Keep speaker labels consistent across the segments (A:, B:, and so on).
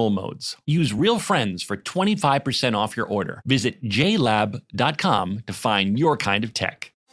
A: modes. Use Real Friends for 25% off your order. Visit jlab.com to find your kind of tech.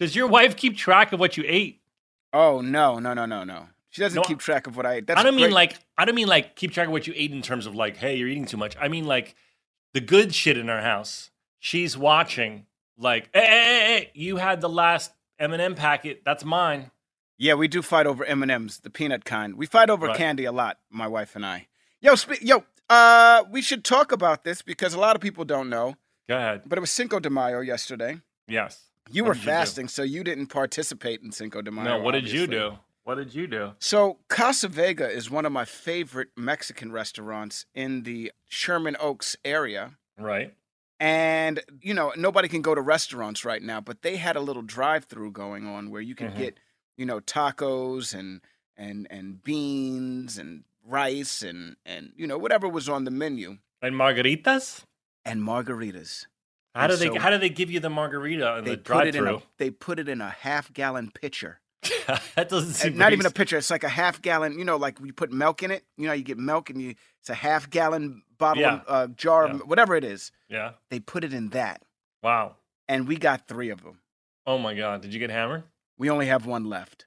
B: Does your wife keep track of what you ate?
C: Oh no, no, no, no, no. She doesn't
B: No,
C: keep track of what I. That's
B: I don't mean
C: great.
B: like I don't mean like keep track of what you ate in terms of like, hey, you're eating too much. I mean like the good shit in our house. She's watching like, hey, hey, hey, hey, you had the last M&M packet. That's mine.
C: Yeah, we do fight over M and M's, the peanut kind. We fight over
B: Right.
C: candy a lot, my wife and I. Yo, spe- yo, uh, we should talk about this because a lot of people don't know.
B: Go ahead.
C: But it was Cinco de Mayo yesterday.
B: Yes.
C: You
B: What
C: were
B: did you do?
C: fasting, so you didn't participate in Cinco de Mayo.
B: no, what did you
C: obviously.
B: do? What did you do?
C: So Casa Vega is one of my favorite Mexican restaurants in the Sherman Oaks area.
B: Right.
C: And, you know, nobody can go to restaurants right now, but they had a little drive through going on where you can
B: Mhm.
C: get, you know, tacos and and and beans and rice and and you know, whatever was on the menu
B: And margaritas?
C: and margaritas.
B: How do
C: And
B: they
C: so
B: how do they give you the margarita in
C: They
B: the
C: put it in a
B: drive-through?
C: they put it in a half gallon pitcher.
B: that doesn't
C: And
B: seem
C: Uh, not even a
B: reasonable.
C: pitcher, it's like a half gallon, you know, like you put milk in it, you know, you get milk and you it's a half gallon bottle
B: Yeah.
C: uh, jar of
B: Yeah.
C: whatever it is.
B: Yeah.
C: They put it in that
B: Wow.
C: and we got 3 of them.
B: Oh my god, did you get hammered?
C: We only have one left.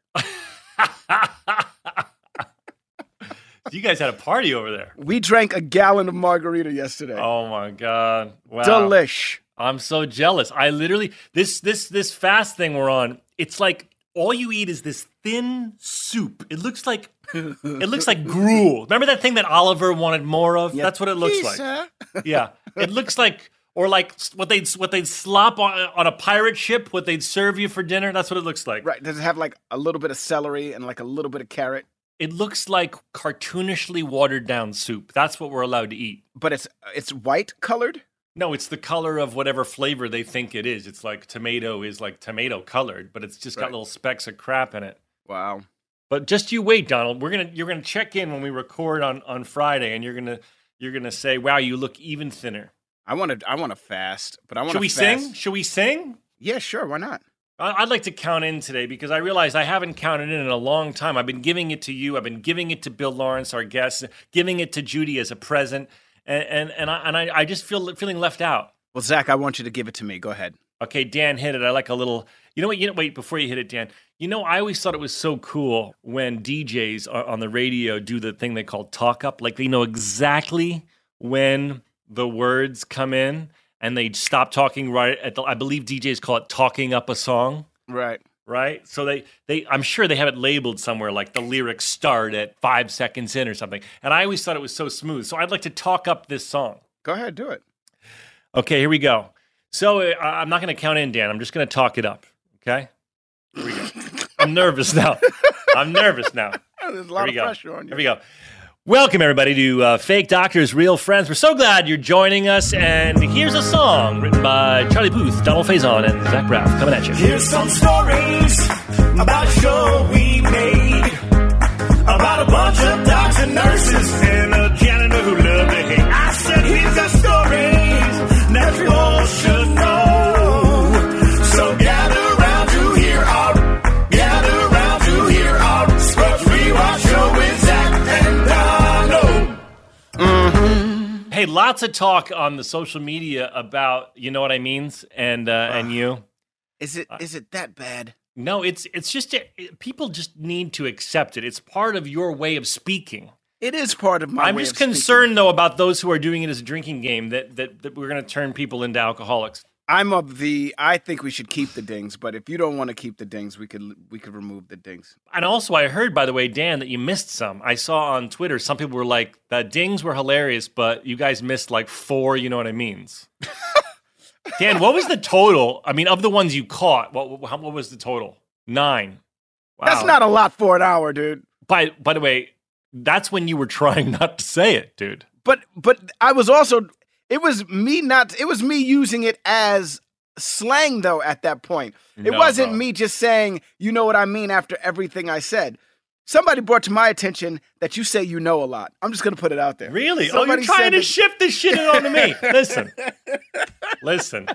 B: you guys had a party over there.
C: We drank a gallon of margarita yesterday.
B: Oh my god! Wow,
C: Delish.
B: I'm so jealous. I literally this this this fast thing we're on. It's like all you eat is this thin soup. It looks like it looks like gruel. Remember that thing that Oliver wanted more of? That's what it looks like. Yeah, it looks like or like s- what they'd what they'd slop on, on a pirate ship. What they'd serve you for dinner. That's what it looks like.
C: Right. Does it have like a little bit of celery and like a little bit of carrot?
B: It looks like cartoonishly watered down soup. That's what we're allowed to eat.
C: But it's it's white colored.
B: No, it's the color of whatever flavor they think it is. It's like tomato is like tomato colored, but it's just got
C: Right.
B: little specks of crap in it.
C: Wow.
B: But just you wait, Donald. We're gonna you're gonna check in when we record on on Friday, and you're gonna you're gonna say, "Wow, you look even thinner."
C: I want to I want to fast, but I want
B: Should
C: to
B: we
C: fast.
B: sing? Should we sing?
C: Yeah, sure. Why not?
B: I- I'd like to count in today because I realize I haven't counted in in a long time. I've been giving it to you. I've been giving it to Bill Lawrence, our guest, giving it to Judy as a present, and and and I, and I, I just feel feeling left out.
C: Well, Zach, I want you to give it to me. Go ahead.
B: Okay, Dan hit it. I like a little. You know what? You know, wait before you hit it, Dan. You know, I always thought it was so cool when DJs o- on the radio do the thing they call talk up. Like they know exactly when the words come in, and they stop talking right at the. I believe DJs call it talking up a song,
C: Right.
B: right? So they they. I'm sure they have it labeled somewhere. Like the lyrics start at five seconds in or something. And I always thought it was so smooth. So I'd like to talk up this song.
C: Go ahead. Do it.
B: Okay, here we go. So uh, I- I'm not going to count in, Dan. I'm just going to talk it up. Okay. Here we go. I'm nervous now. I'm nervous now.
C: There's a
B: Here
C: lot
B: we
C: of
B: go.
C: pressure on you.
B: Here we go. Welcome everybody to uh, Fake Doctors, Real Friends. We're so glad you're joining us. And here's a song written by Charlie Booth, Donald Faison, and Zach Braff coming at you.
D: Here's some stories about a show we made about a bunch of docs and nurses and a janitor who loved to hate. I said, here's our stories that you all should know. So gather round to hear our, gather round to hear our Scrubs Rewatch show with Zach and Dono.
B: Hey, lots of talk on the social media about you know what I means and uh,
C: Ah.
B: and you.
C: Is it is it that bad?
B: No, it's it's just it, people just need to accept it. It's part of your way of speaking.
C: It is part of my.
B: I'm
C: way
B: just
C: of speaking.
B: concerned though about those who are doing it as a drinking game that that, that we're going to turn people into alcoholics.
C: I'm of the. I think we should keep the dings, but if you don't want to keep the dings, we could we could remove the dings.
B: And also, I heard by the way, Dan, that you missed some. I saw on Twitter some people were like, "The dings were hilarious, but you guys missed like four. You know what I means." Dan, what was the total? I mean, of the ones you caught, what what, how- what was the total? Nine. Wow.
C: That's not a lot for an hour, dude.
B: By by the way, that's when you were trying not to say it, dude.
C: But but I was also. It was me not. It was me using it as slang though. At that point, it
B: No,
C: wasn't
B: no.
C: me just saying. You know what I mean after everything I said. Somebody brought to my attention that you say you know a lot. I'm just gonna put it out there.
B: Really? oh,
C: Somebody
B: you're
C: said
B: trying to
C: that-
B: shift this shit onto me. Listen, listen.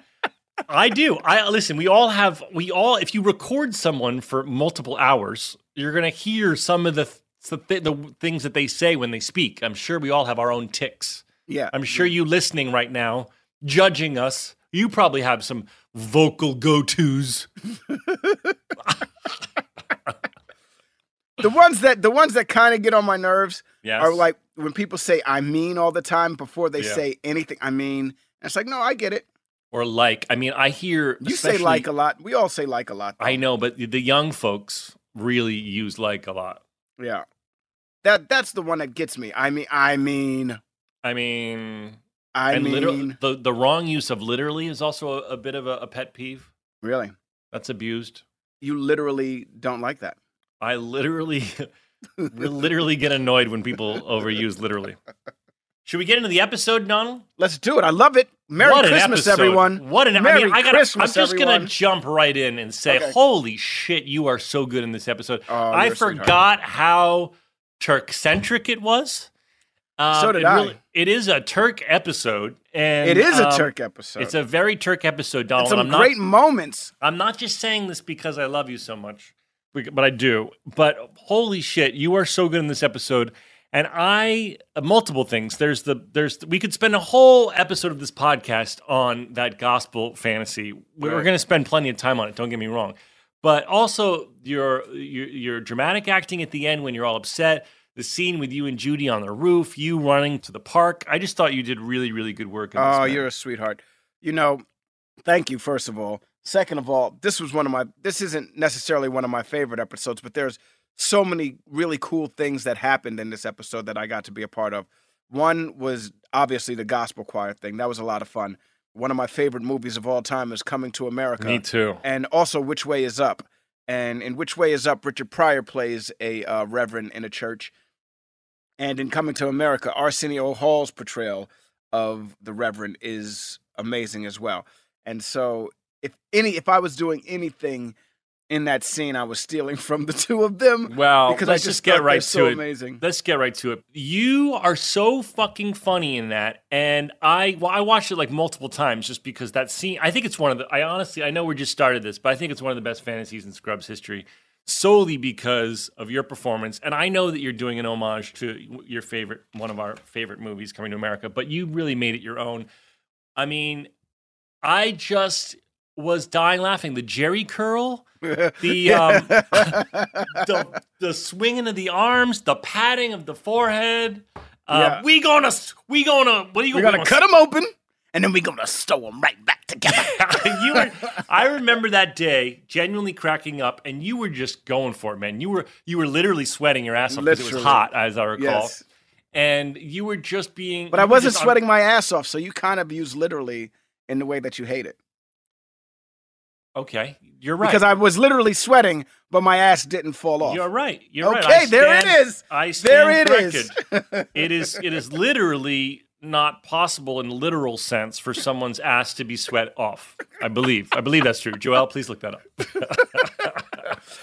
B: I do. I listen. We all have. We all. If you record someone for multiple hours, you're gonna hear some of the th- the, th- the things that they say when they speak. I'm sure we all have our own ticks.
C: Yeah.
B: I'm sure you listening right now, judging us. You probably have some vocal go tos.
C: the ones that the ones that kind of get on my nerves
B: Yes.
C: are like when people say I mean all the time before they
B: Yeah.
C: say anything. I mean, and it's like no, I get it.
B: or like. I mean, I hear
C: You say
B: especially-
C: like a lot. We all say like a lot.
B: I know, but the young folks really use like a lot.
C: Yeah, that that's the one that gets me. I mean, I mean,
B: I mean,
C: I
B: and
C: mean,
B: literally, the, the wrong use of literally is also a, a bit of a, a pet peeve.
C: really,
B: That's abused.
C: you literally don't like that.
B: I literally, literally get annoyed when people overuse literally. Should we get into the episode, Donald?
C: Let's do it. I love it. Merry
B: what
C: Christmas,
B: an episode.
C: everyone.
B: What an I
C: Merry
B: mean, I gotta,
C: Christmas,
B: I'm just gonna
C: everyone.
B: jump right in and say,
C: Okay.
B: holy shit, you are so good in this episode.
C: Oh,
B: I
C: you're a sweetheart.
B: forgot how Turk centric it was. Um,
C: So did
B: it
C: I.
B: it is a Turk episode, and
C: It is a
B: um,
C: Turk episode.
B: It's a very Turk episode,
C: And
B: Donald.
C: some
B: I'm not
C: great moments.
B: I'm not just saying this because I love you so much, bec- but I do. But holy shit, you are so good in this episode. And I uh, multiple things. There's the there's we could spend a whole episode of this podcast on that gospel fantasy. We- We're going to spend plenty of time on it. Don't get me wrong, but also your your your dramatic acting at the end when you're all upset. The scene with you and Judy on the roof, you running to the park. I just thought you did really really good work. In this,
C: Oh,
B: man.
C: you're a sweetheart. You know, thank you first of all. Second of all, this was one of my this isn't necessarily one of my favorite episodes, but there's so many really cool things that happened in this episode that I got to be a part of. One was obviously the gospel choir thing. That was a lot of fun. One of my favorite movies of all time is Coming to America
B: me too.
C: and also Which Way Is Up. And in Which Way Is Up, Richard Pryor plays a uh, reverend in a church. And in Coming to America, Arsenio Hall's portrayal of the reverend is amazing as well. And so, if any, if I was doing anything in that scene, I was stealing from the two of them
B: Well,
C: because I
B: let's just
C: just, thought
B: get
C: they're
B: right to
C: so
B: it.
C: Amazing.
B: Let's get right to it. You are so fucking funny in that, and I well, I watched it like multiple times just because that scene. I think it's one of the. I honestly, I know we just started this, but I think it's one of the best fantasies in Scrubs history, solely because of your performance. And I know that you're doing an homage to your favorite, one of our favorite movies, Coming to America, but you really made it your own. I mean, I just was dying laughing. The Jerry curl, the um, the, the swinging of the arms, the patting of the forehead. Uh,
C: Yeah.
B: We gonna we gonna what are you
C: We're gonna cut them open, and then we're gonna sew them right back together.
B: you were, I remember that day genuinely cracking up, and you were just going for it, man. You were you were literally sweating your ass off because it was
C: Literally.
B: hot, as I recall.
C: Yes.
B: And you were just being,
C: But I
B: you were
C: wasn't
B: just on-
C: sweating my ass off, so you kind of use literally in the way that you hate it.
B: okay, you're right.
C: Because I was literally sweating, but my ass didn't fall off.
B: You're right. You're right.
C: Okay,
B: I
C: there it
B: stand-
C: is.
B: I
C: there
B: stand
C: it is.
B: corrected. it is it is literally not possible in literal sense for someone's ass to be sweat off. I believe. I believe that's true. Joel, please look that up.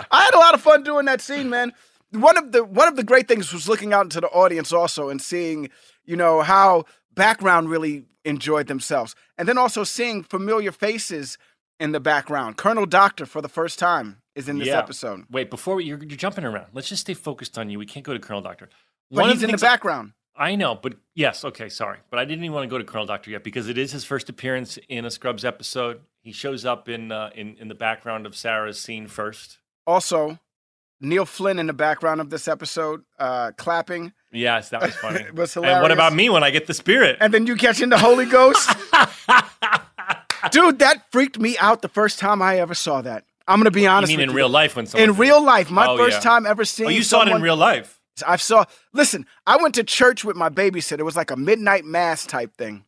C: I had a lot of fun doing that scene, man. One of the one of the great things was looking out into the audience also and seeing, you know, how background really enjoyed themselves, and then also seeing familiar faces in the background. Colonel Doctor for the first time is in this
B: Yeah.
C: episode,
B: Wait, before we, you're, you're jumping around, let's just stay focused on you. We can't go to Colonel Doctor.
C: but
B: One of
C: he's in the
B: things-
C: background.
B: I know, but yes, okay, sorry. But I didn't even want to go to Colonel Doctor yet because it is his first appearance in a Scrubs episode. He shows up in uh, in, in the background of Sarah's scene first.
C: Also, Neil Flynn in the background of this episode, uh, clapping,
B: Yes, that was funny.
C: It was
B: And what
C: hilarious.
B: about me when I get the spirit?
C: and then you catching the Holy Ghost. Dude, that freaked me out the first time I ever saw that. I'm gonna be
B: you
C: honest.
B: mean
C: with
B: in
C: you.
B: real life when someone
C: in real life, my
B: Oh,
C: first
B: yeah.
C: time ever seeing.
B: Oh, you saw it in
C: someone-
B: real life.
C: I saw. Listen, I went to church with my babysitter. It was like a midnight mass type thing,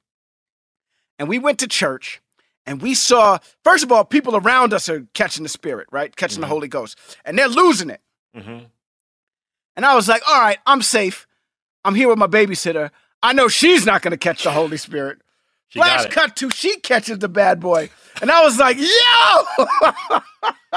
C: and we went to church, and we saw. First of all, people around us are catching the spirit, right? Catching
B: Mm-hmm.
C: the Holy Ghost, and they're losing it.
B: Mhm.
C: And I was like, all right, I'm safe. I'm here with my babysitter. I know she's not going to catch the Holy Spirit.
B: She
C: Flash
B: got it.
C: cut to she catches the bad boy. And I was like, yo!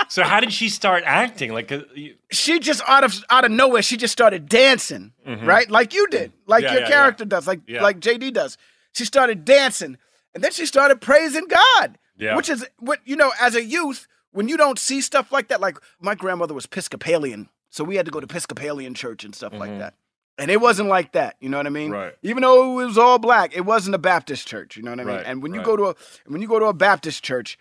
B: So how did she start acting? Like, uh, you-
C: she just out of out of nowhere, she just started dancing, right? Like you did, like
B: Mm-hmm. Yeah,
C: your
B: yeah,
C: character does, like
B: Yeah.
C: like JD does. She started dancing, and then she started praising God,
B: Yeah.
C: which is what you know. As a youth, when you don't see stuff like that, like my grandmother was Episcopalian, so we had to go to Episcopalian church and stuff like that. And it wasn't like that, you know what I
B: Mm-hmm.
C: mean?
B: Right.
C: Even though it was all black, it wasn't a Baptist church, you know what I mean?
B: Right,
C: and when
B: right.
C: you go to a when you go to a Baptist church,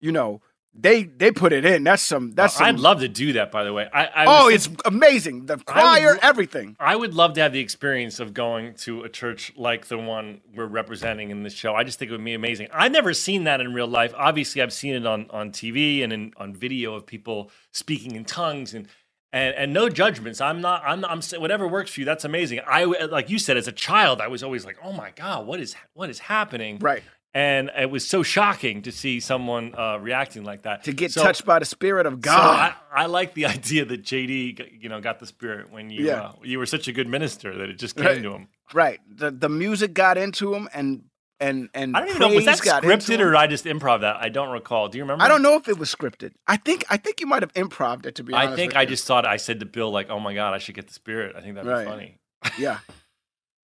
C: you know they they put it in. That's some that's some,
B: I'd Oh, love to do that. By the way, I, I
C: Oh,
B: was
C: it's amazing. The choir, everything.
B: I would love to have the experience of going to a church like the one we're representing in this show. I just think it would be amazing. I've never seen that in real life. Obviously, I've seen it on, on TV and in, on video of people speaking in tongues and and, and no judgments. I'm not. I'm. I'm. sa- Whatever works for you. That's amazing. I w- like you said as a child. I was always like, oh my god, what is what is happening?
C: Right.
B: And it was so shocking to see someone uh, reacting like that.
C: To get
B: So-
C: touched by the spirit of
B: so
C: God.
B: I, I like the idea that JD, g- you know, got the spirit when you
C: Yeah.
B: uh, you were such a good minister that it just came
C: Right.
B: to him.
C: right. The the music got into him and and and
B: I don't even know was that
C: praise got into
B: scripted
C: him.
B: or I just improv that. I don't recall. Do you remember?
C: I don't know if it was scripted. I think I think you might have improved it to be honest.
B: I think
C: with
B: I
C: you.
B: just thought I said to Bill like, "Oh my god, I should get the spirit." I think that'd
C: Right.
B: be funny.
C: Yeah.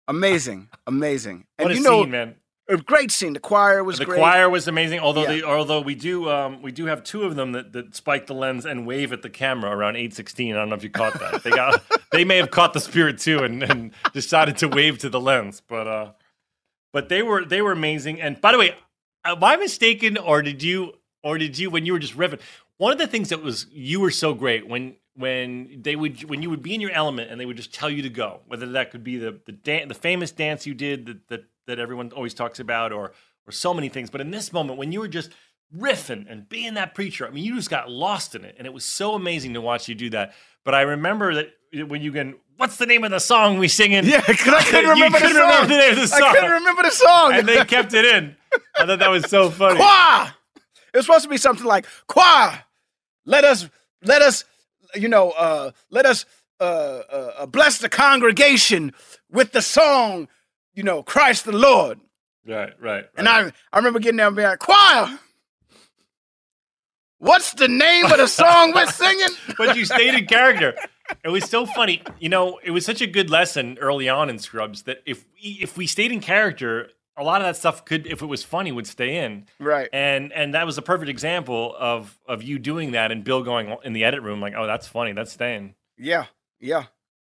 C: Amazing. Amazing. And
B: What a
C: you know
B: scene, man!
C: a great scene. The choir was
B: The
C: great.
B: choir was amazing. Although
C: Yeah.
B: they, although we do um, we do have two of them that, that spike the lens and wave at the camera around eight sixteen. I don't know if you caught that. They got they may have caught the spirit too and, and decided to wave to the lens. But uh, but they were they were amazing. And by the way, am I mistaken or did you or did you when you were just riffing? One of the things that was you were so great when when they would when you would be in your element and they would just tell you to go whether that could be the the dan- the famous dance you did that, that that everyone always talks about or or so many things but in this moment when you were just riffing and being that preacher i mean you just got lost in it and it was so amazing to watch you do that but i remember that when you can what's the name of the song we singing
C: Yeah, because I couldn't
B: You
C: remember the
B: couldn't
C: song.
B: remember the name of the
C: I
B: song.
C: couldn't remember the song.
B: and they kept it in i thought that was so funny
C: choir. It was supposed to be something like choir. Let us, let us, you know, uh, let us uh, uh, uh, bless the congregation with the song, you know, Christ the Lord.
B: right right,
C: And I, I remember getting there and being like, choir. What's the name of the song we're singing?
B: but you stayed in character. It was so funny. You know, it was such a good lesson early on in Scrubs that if we, if we stayed in character, a lot of that stuff could, if it was funny, would stay in.
C: Right.
B: And and that was a perfect example of of you doing that and Bill going in the edit room like, oh, that's funny, that's staying.
C: Yeah, yeah.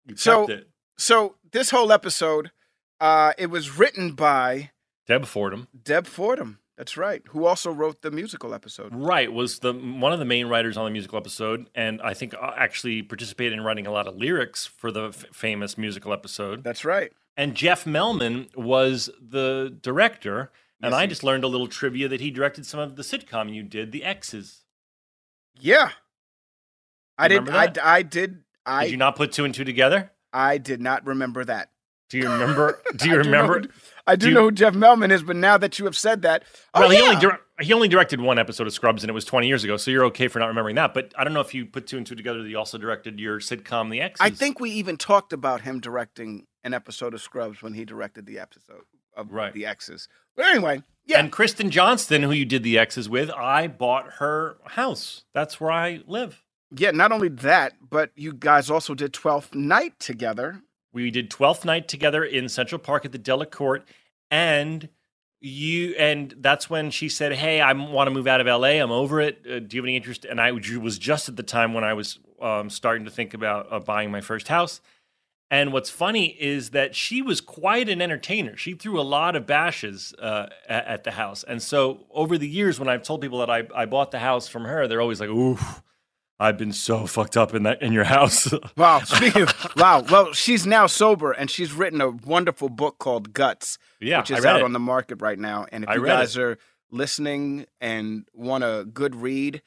B: You kept
C: So-
B: it.
C: So this whole episode, uh, it was written by
B: Deb Fordham,
C: Deb Fordham. That's right, who also wrote the musical episode.
B: right, was the one of the main writers on the musical episode, and I think uh, actually participated in writing a lot of lyrics for the f- famous musical episode.
C: That's right.
B: And Jeff Melman was the director. And I just learned a little trivia that he directed some of the sitcom you did, The X's.
C: Yeah. I did,
B: Remember
C: I,
B: that?
C: I did.
B: Did
C: I
B: you not put two and two together?
C: I did not remember that.
B: Do you remember? Do you
C: I
B: remember?
C: Do know, I do,
B: do you-
C: know who Jeff Melman is, but now that you have said that, oh,
B: well,
C: yeah.
B: he only dir- he only directed one episode of Scrubs, and it was twenty years ago. So you're okay for not remembering that. But I don't know if you put two and two together. That he also directed your sitcom, The X's.
C: I think we even talked about him directing an episode of Scrubs when he directed the episode of
B: Right.
C: the X's. But anyway, yeah,
B: And Kristen Johnston, who you did The X's with, I bought her house. That's where I live.
C: Yeah, not only that, but you guys also did Twelfth Night together.
B: We did Twelfth Night together in Central Park at the Delacorte, and you and that's when she said, "Hey, I want to move out of LA. I'm over it. Uh, do you have any interest?" And I ju- was just at the time when I was um, starting to think about uh, buying my first house. And what's funny is that she was quite an entertainer. She threw a lot of bashes uh, a- at, the house, and so over the years, when I've told people that I, I bought the house from her, they're always like, "Ooh, I've been so fucked up in that in your house."
C: Wow. Speaking of, wow. Well, she's now sober and she's written a wonderful book called Guts,
B: yeah,
C: which
B: I
C: is
B: read
C: out
B: it.
C: on the market right now. And if
B: I
C: you
B: read
C: guys are listening and want a good read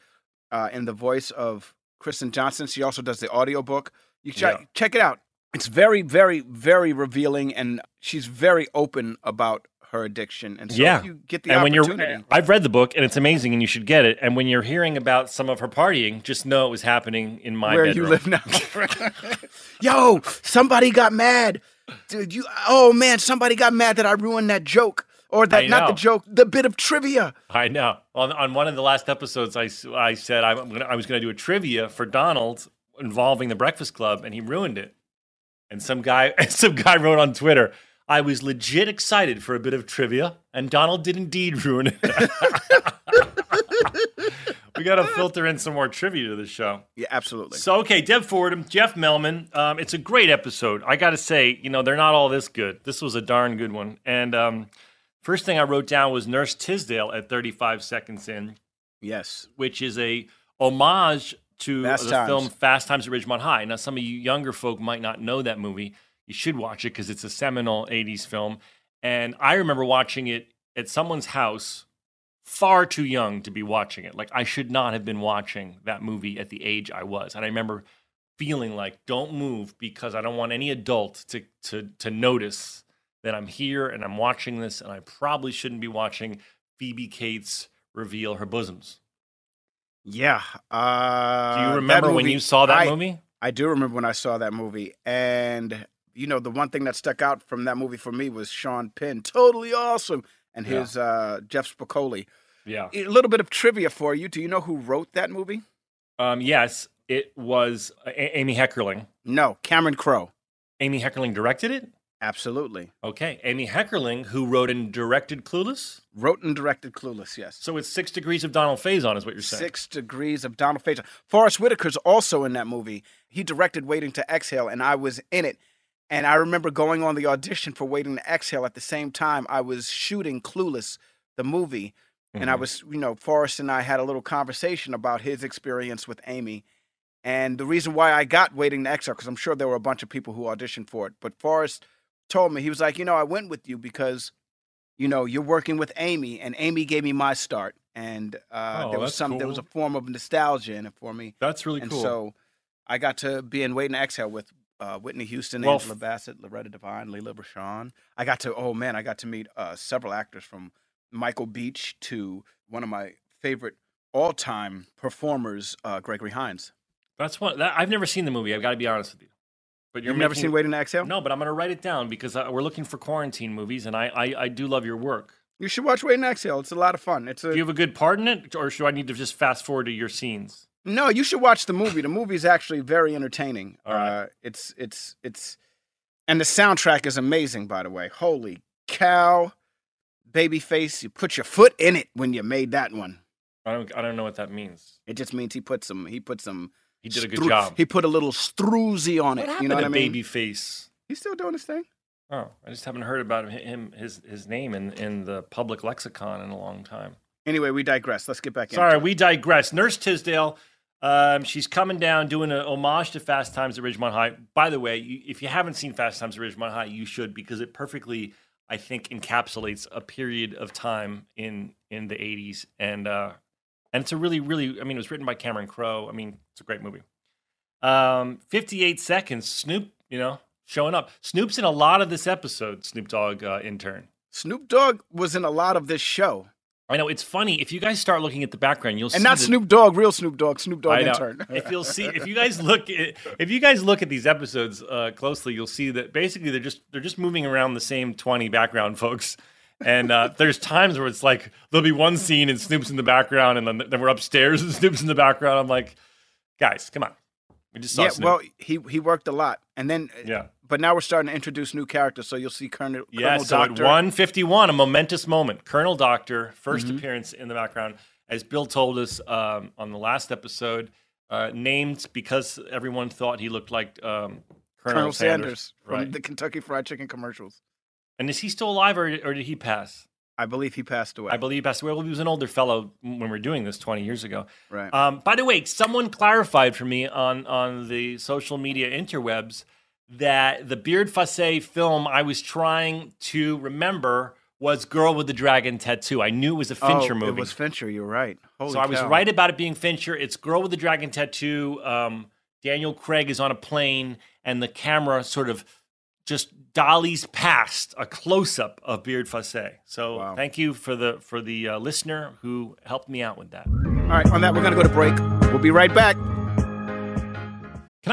C: uh, in the voice of Kristen Johnson, she also does the audiobook. You check,
B: Yeah.
C: check it out. It's very, very, very revealing, and she's very open about her addiction. And so if
B: Yeah.
C: you get the
B: and when
C: opportunity.
B: you're i've read the book and it's amazing and you should get it and when you're hearing about some of her partying just know it was happening in my
C: where
B: bedroom
C: you live now. Yo, somebody got mad. Dude, you oh man, somebody got mad that I ruined that joke. Or
B: I
C: that not the
B: know.
C: joke, the bit of trivia.
B: i know on, on one of the last episodes i, s- I said I'm gonna, i was going to do a trivia for donald involving the breakfast club and he ruined it and some guy some guy wrote on twitter i was legit excited for a bit of trivia and donald did indeed ruin it we got to filter in some more trivia to the show
C: Yeah, absolutely.
B: So okay, Deb Fordham, Jeff Melman. Um, it's a great episode. I got to say, you know, they're not all this good. This was a darn good one. And um, first thing I wrote down was Nurse Tisdale at 35 seconds in,
C: yes.
B: which is a homage to
C: Fast
B: the
C: Times.
B: film Fast Times at Ridgemont High. Now, some of you younger folk might not know that movie. You should watch it because it's a seminal 80s film. And I remember watching it at someone's house far too young to be watching it. Like I should not have been watching that movie at the age I was. And I remember feeling like, don't move because I don't want any adult to to to notice that I'm here and I'm watching this and I probably shouldn't be watching Phoebe Cates reveal her bosoms.
C: Yeah. Uh
B: Do you
C: that
B: remember when
C: movie-
B: you saw that
C: I-
B: movie?
C: I do remember when I saw that movie. And you know, the one thing that stuck out from that movie for me was Sean Penn. Totally awesome. And
B: Yeah.
C: his uh Jeff Spicoli.
B: Yeah.
C: A little bit of trivia for you. Do you know who wrote that movie?
B: Um yes, it was uh, a- Amy Heckerling.
C: No, Cameron Crowe.
B: Amy Heckerling directed it?
C: Absolutely.
B: Okay. Amy Heckerling who wrote and directed Clueless?
C: Wrote and directed Clueless, yes.
B: So it's 6 degrees of Donald Faison is what you're saying.
C: Six Degrees of Donald Faison. Forrest Whitaker's also in that movie. He directed Waiting to Exhale, and I was in it. And I remember going on the audition for Waiting to Exhale at the same time I was shooting Clueless, the movie. And I
B: Mhm.
C: was, you know, Forrest and I had a little conversation about his experience with Amy. And the reason why I got Waiting to Exhale, because I'm sure there were a bunch of people who auditioned for it, but Forrest told me, he was like, you know, I went with you because, you know, you're working with Amy, and Amy gave me my start. And uh,
B: Oh,
C: there was
B: that's
C: some, there was a
B: cool.
C: form of nostalgia in it for me.
B: That's really
C: and
B: cool.
C: so I got to be in Waiting to Exhale with uh, Whitney Houston,
B: Well,
C: Angela
B: f-
C: Bassett, Loretta Devine, Leila Brashan. I got to, oh man, I got to meet uh, several actors from Michael Beach to one of my favorite all time performers, uh, Gregory Hines.
B: That's one. That, I've never seen the movie. I've got to be honest with you. But
C: You've never
B: making-
C: seen Waiting to Exhale?
B: No, but I'm going to write it down because I, we're looking for quarantine movies, and I, I I do love your work.
C: You should watch Waiting to Exhale. It's a lot of fun. It's a
B: Do you have a good part in it, or should I need to just fast forward to your scenes?
C: No, you should watch the movie. The movie's actually very entertaining.
B: All right.
C: Uh, it's it's it's, and the soundtrack is amazing. By the way, holy cow, Babyface, you put your foot in it when you made that one.
B: I don't I don't know what that means.
C: It just means he put some he put some
B: He did a good
C: stru-
B: job.
C: He put a little stroozy on
B: what
C: it.
B: happened
C: You know
B: to
C: what I mean?
B: Babyface?
C: He's still doing his thing.
B: Oh, I just haven't heard about him his his name in in the public lexicon in a long time.
C: Anyway, we digress. Let's get back in.
B: Sorry, we digress. Nurse Tisdale, um, she's coming down doing a homage to Fast Times at Ridgemont High. By the way, you, if you haven't seen Fast Times at Ridgemont High, you should because it perfectly, I think, encapsulates a period of time in in the '80s, and uh, and it's a really, really. I mean, it was written by Cameron Crowe. I mean, it's a great movie. Um, 58 seconds. Snoop, you know, showing up. Snoop's in a lot of this episode. Snoop Dogg uh, intern.
C: Snoop Dogg was in a lot of this show,
B: I know it's funny if you guys start looking at the background, you'll
C: and
B: see
C: not
B: that-
C: Snoop Dogg, real Snoop Dogg, Snoop Dogg
B: I know.
C: intern.
B: if you'll see, if you guys look, at, if you guys look at these episodes uh, closely, you'll see that basically they're just they're just moving around the same twenty background folks. And uh, there's times where it's like there'll be one scene and Snoop's in the background, and then, then we're upstairs and Snoop's in the background. I'm like, Guys, come on. We just saw
C: yeah,
B: Snoop.
C: well, he he worked a lot, and then uh,
B: yeah.
C: but now we're starting to introduce new characters. So you'll see Colonel,
B: Yeah,
C: Colonel
B: so
C: Doctor.
B: at 151, a momentous moment. Colonel Doctor, 1st
C: Mm-hmm.
B: appearance in the background, as Bill told us um, on the last episode, uh, named because everyone thought he looked like um, Colonel,
C: Colonel Sanders, from
B: Right.
C: the Kentucky Fried Chicken commercials.
B: and is he still alive or, or did he pass?
C: I believe he passed away.
B: I believe he passed away. Well, he was an older fellow when we were doing this 20 years ago.
C: right.
B: Um, by the way, someone clarified for me on on the social media interwebs that the Beard Fosse film I was trying to remember was Girl with the Dragon Tattoo. I knew it was a Fincher
C: oh,
B: movie.
C: It was Fincher. You're right. Holy
B: so I was
C: cow.
B: right about it being Fincher. It's Girl with the Dragon Tattoo. Um, Daniel Craig is on a plane, and the camera sort of just dollies past a close up of Beard Fosse. So
C: Wow.
B: thank you for the for the uh, listener who helped me out with that.
C: All right. On that, we're gonna go to break. We'll be right back.
A: Can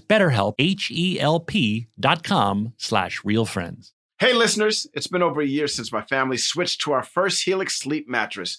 A: betterhelp, H-E-L-P dot com slash realfriends.
E: Hey, listeners, it's been over a year since my family switched to our first Helix sleep mattress.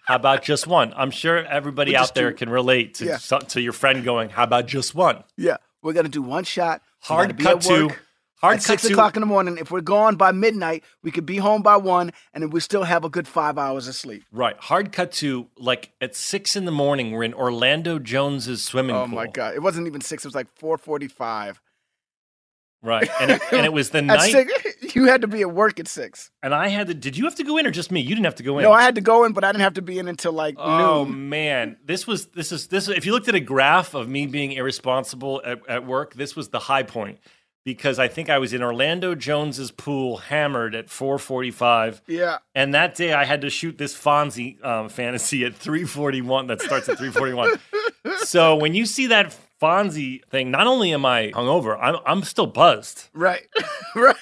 B: How about just one? I'm sure everybody
C: We'll
B: out
C: just
B: there
C: do-
B: can relate to,
C: Yeah.
B: so- to your friend going, "How about just one?"
C: Yeah, we're gonna do one shot. We gotta
B: Hard
C: be
B: cut
C: at
B: to
C: work
B: hard
C: at
B: cut
C: six
B: to
C: o'clock in the morning. If we're gone by midnight, we could be home by one, and then we still have a good five hours of sleep.
B: right. Hard cut to like at six in the morning. We're in Orlando Jones's swimming
C: Oh
B: pool.
C: my god, it wasn't even six. It was like four forty-five.
B: Right, and it, and it was the
C: At
B: night.
C: six, You had to be at work at six.
B: And I had to. Did you have to go in or just me? You didn't have to go in.
C: No, I had to go in, but I didn't have to be in until like
B: Oh
C: noon.
B: man, this was this is this. If you looked at a graph of me being irresponsible at, at work, this was the high point because I think I was in Orlando Jones's pool, hammered at four forty-five.
C: Yeah.
B: And that day I had to shoot this Fonzie um, fantasy at 341 that starts at 341. so when you see that Fonzie thing, not only am I hungover, I'm, I'm still buzzed.
C: Right. right.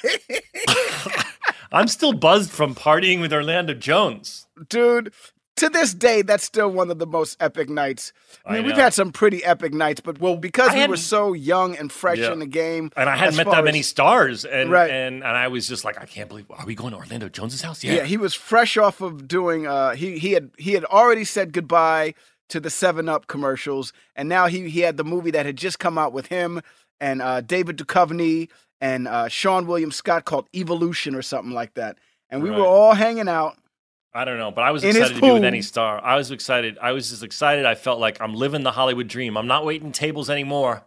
B: I'm still buzzed from partying with Orlando Jones.
C: Dude, to this day, that's still one of the most epic nights. I mean,
B: I
C: we've
B: know.
C: had some pretty epic nights, but well, because
B: I
C: we were
B: hadn't-
C: so young and fresh
B: Yeah.
C: in the game.
B: And I
C: as
B: hadn't met
C: far
B: that many
C: as-
B: stars. And,
C: Right.
B: and and I was just like, I can't believe, are we going to Orlando Jones's house?
C: Yeah, he was fresh off of doing. Uh, he he had he had already said goodbye to the Seven Up commercials, and now he he had the movie that had just come out with him and uh, David Duchovny and uh, Sean William Scott called Evolution or something like that. And we were
B: Right.
C: all hanging out.
B: I don't know, but I was
C: In his
B: excited to be with
C: pool.
B: any star. I was excited. I was just excited. I felt like I'm living the Hollywood dream. I'm not waiting tables anymore.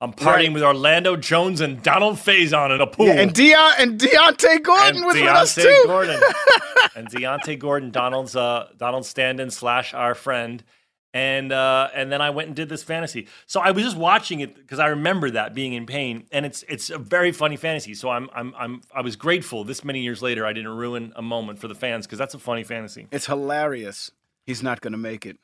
B: I'm partying
C: Right.
B: with Orlando Jones and Donald Faison in a pool.
C: Yeah, and Deion and Deontay Gordon
B: And
C: was with us
B: Deontay
C: too.
B: Gordon. and Deontay Gordon, Donald's uh, Donald Standen slash our friend. And uh, and then I went and did this fantasy. So I was just watching it because I remember that being in pain, and it's it's a very funny fantasy. So I'm I'm I'm I was grateful this many years later I didn't ruin a moment for the fans because that's a funny fantasy.
C: It's hilarious. He's not gonna make it.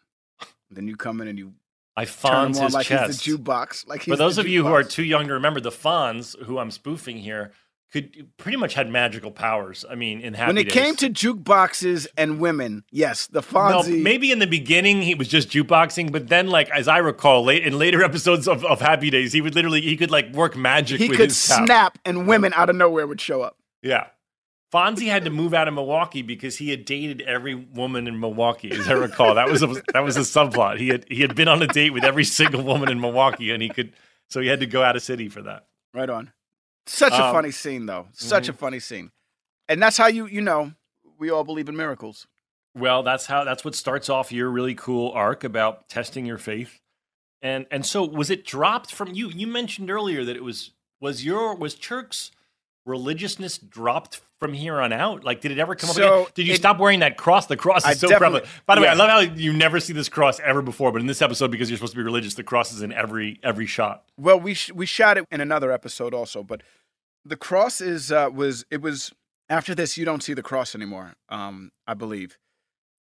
C: Then you come in and you
B: I
C: turn him
B: Fonz
C: on
B: his
C: like
B: chest.
C: he's the jukebox. Like he's
B: For
C: the
B: those of you who are
C: jukebox.
B: too young to remember, the Fonz, who I'm spoofing here, could pretty much had magical powers. I mean, in Happy
C: when it
B: Days.
C: came to jukeboxes and women, yes, the
B: No,
C: Fonzie.
B: maybe in the beginning he was just jukeboxing, but then, like as I recall, late in later episodes of, of Happy Days, he would literally he could like work magic.
C: he
B: with
C: could
B: his tap.
C: snap and women out of nowhere would show up.
B: Yeah, Fonzie had to move out of Milwaukee because he had dated every woman in Milwaukee. As I recall, that was a, that was a subplot. He had he had been on a date with every single woman in Milwaukee, and he could so he had to go out of city for that.
C: Right on. Such a
B: Um, mm-hmm.
C: funny scene though. Such a funny scene. And that's how you you know, we all believe in miracles.
B: Well, that's how that's what starts off your really cool arc about testing your faith. And and so was it dropped from you you mentioned earlier that it was was your was Chirk's religiousness dropped from here on out? Like did it ever come
C: So
B: up again? Did you
C: it-
B: stop wearing that cross? The cross
C: I
B: is so
C: definitely-
B: prevalent. By the way, I
C: yeah.
B: love how you never see this cross ever before, but in this episode because you're supposed to be religious, the cross is in every every shot.
C: Well, we sh- we shot it in another episode also, but the cross is uh, was it was after this you don't see the cross anymore, um, I believe,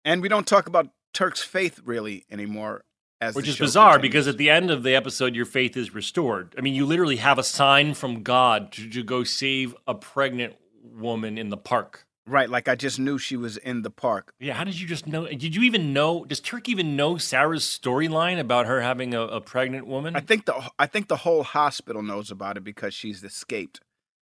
C: and we don't talk about Turk's faith really anymore. As
B: Which
C: the
B: is
C: show
B: bizarre
C: continues.
B: because at the end of the episode, your faith is restored. I mean, you literally have a sign from God to, to go save a pregnant woman in the park.
C: right, like I just knew she was in the park.
B: Yeah, how did you just know? Did you even know? Does Turk even know Sarah's storyline about her having a, a pregnant woman?
C: I think the I think the whole hospital knows about it because she's escaped,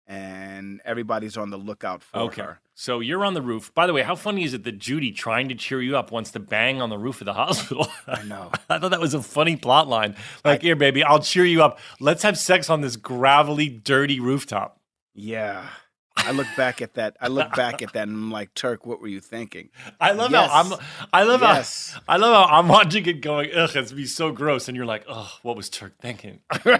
C: and everybody's on the lookout for
B: okay.
C: her.
B: So you're on the roof. By the way, how funny is it that Judy trying to cheer you up wants to bang on the roof of the hospital? I
C: know.
B: I thought that was a funny plot line. Like, here, baby, I'll cheer you up. Let's have sex on this gravelly, dirty rooftop.
C: Yeah, I look back at that. I look back at that, and I'm like, Turk, what were you thinking?
B: I love how
C: Yes.
B: I'm. I love
C: Yes.
B: how I love how I'm watching it going. Ugh, it's be so gross, and you're like, oh, what was Turk thinking?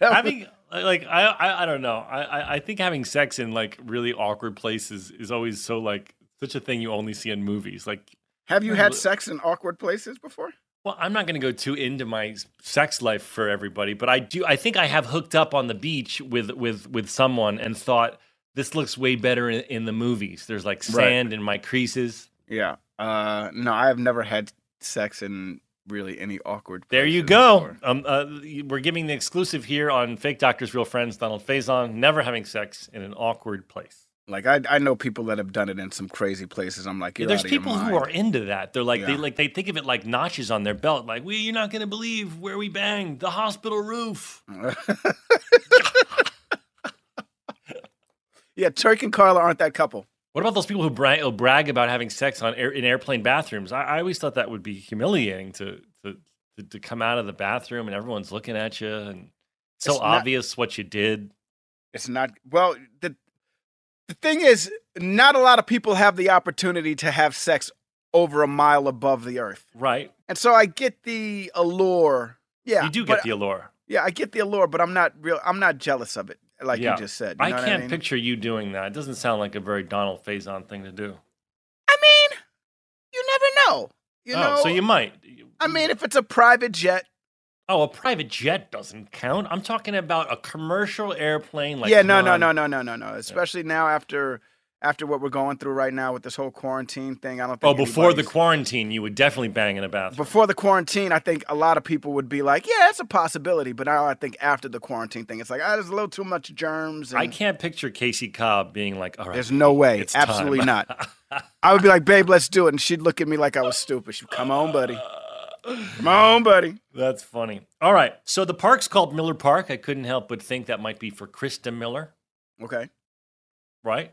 B: having like I, I I don't know. I I- I think having sex in like really awkward places is always so like such a thing you only see in movies. Like,
C: Have you
B: Mm,
C: had
B: but-
C: sex in awkward places before?
B: well, I'm not going to go too into my s- sex life for everybody, but I do. I think I have hooked up on the beach with with with someone and thought this looks way better in, in the movies. There's like
C: Right.
B: sand in my creases.
C: Yeah. Uh, no, I have never had sex in really any awkward.
B: There you
C: places
B: go.
C: before.
B: Um, uh, we're giving the exclusive here on Fake Doctors, Real Friends. Donald Faison never having sex in an awkward place.
C: Like I, I know people that have done it in some crazy places. I'm like, You're
B: There's
C: out of
B: people
C: your mind.
B: who are into that. They're like they
C: Yeah.
B: like they think of it like notches on their belt. Like, we you're not gonna believe where we banged the hospital roof.
C: yeah, Turk and Carla aren't that couple.
B: What about those people who brag, who brag about having sex on air, in airplane bathrooms? I, I always thought that would be humiliating to, to to to come out of the bathroom and everyone's looking at you and it's so
C: It's not-
B: obvious what you did.
C: It's not well. The the thing is, not a lot of people have the opportunity to have sex over a mile above the earth,
B: Right.
C: and so I get the allure. Yeah,
B: you do get
C: but-
B: the allure.
C: Yeah, I get the allure, but I'm not real. I'm not jealous of it, like
B: Yeah.
C: you just said. You
B: I
C: know what
B: can't
C: mean?
B: picture you doing that. It doesn't sound like a very Donald Faison thing to do.
C: I mean, you never know. You
B: oh,
C: know.
B: so you might.
C: I mean, if it's a private jet,
B: Oh, a private jet doesn't count. I'm talking about a commercial airplane. Like
C: yeah, no, no,
B: one-
C: no, no, no, no, no. Especially now after after what we're going through right now with this whole quarantine thing, I don't
B: Oh,
C: think.
B: before the
C: anybody's-
B: quarantine, you would definitely bang in a bathroom.
C: before the quarantine, I think a lot of people would be like, "Yeah, it's a possibility," but now I think after the quarantine thing, it's like, "Ah, there's a little too much germs."
B: I
C: and
B: can't picture Casey Cobb being like, "All right,
C: There's no way.
B: it's time."
C: Absolutely not. I would be like, "Babe, let's do it," and she'd look at me like I was stupid. She'd, "Come on, buddy.
B: uh,
C: Come on, buddy."
B: That's funny. All right, so the park's called Miller Park. I couldn't help but think that might be for Krista Miller,
C: Okay.
B: right?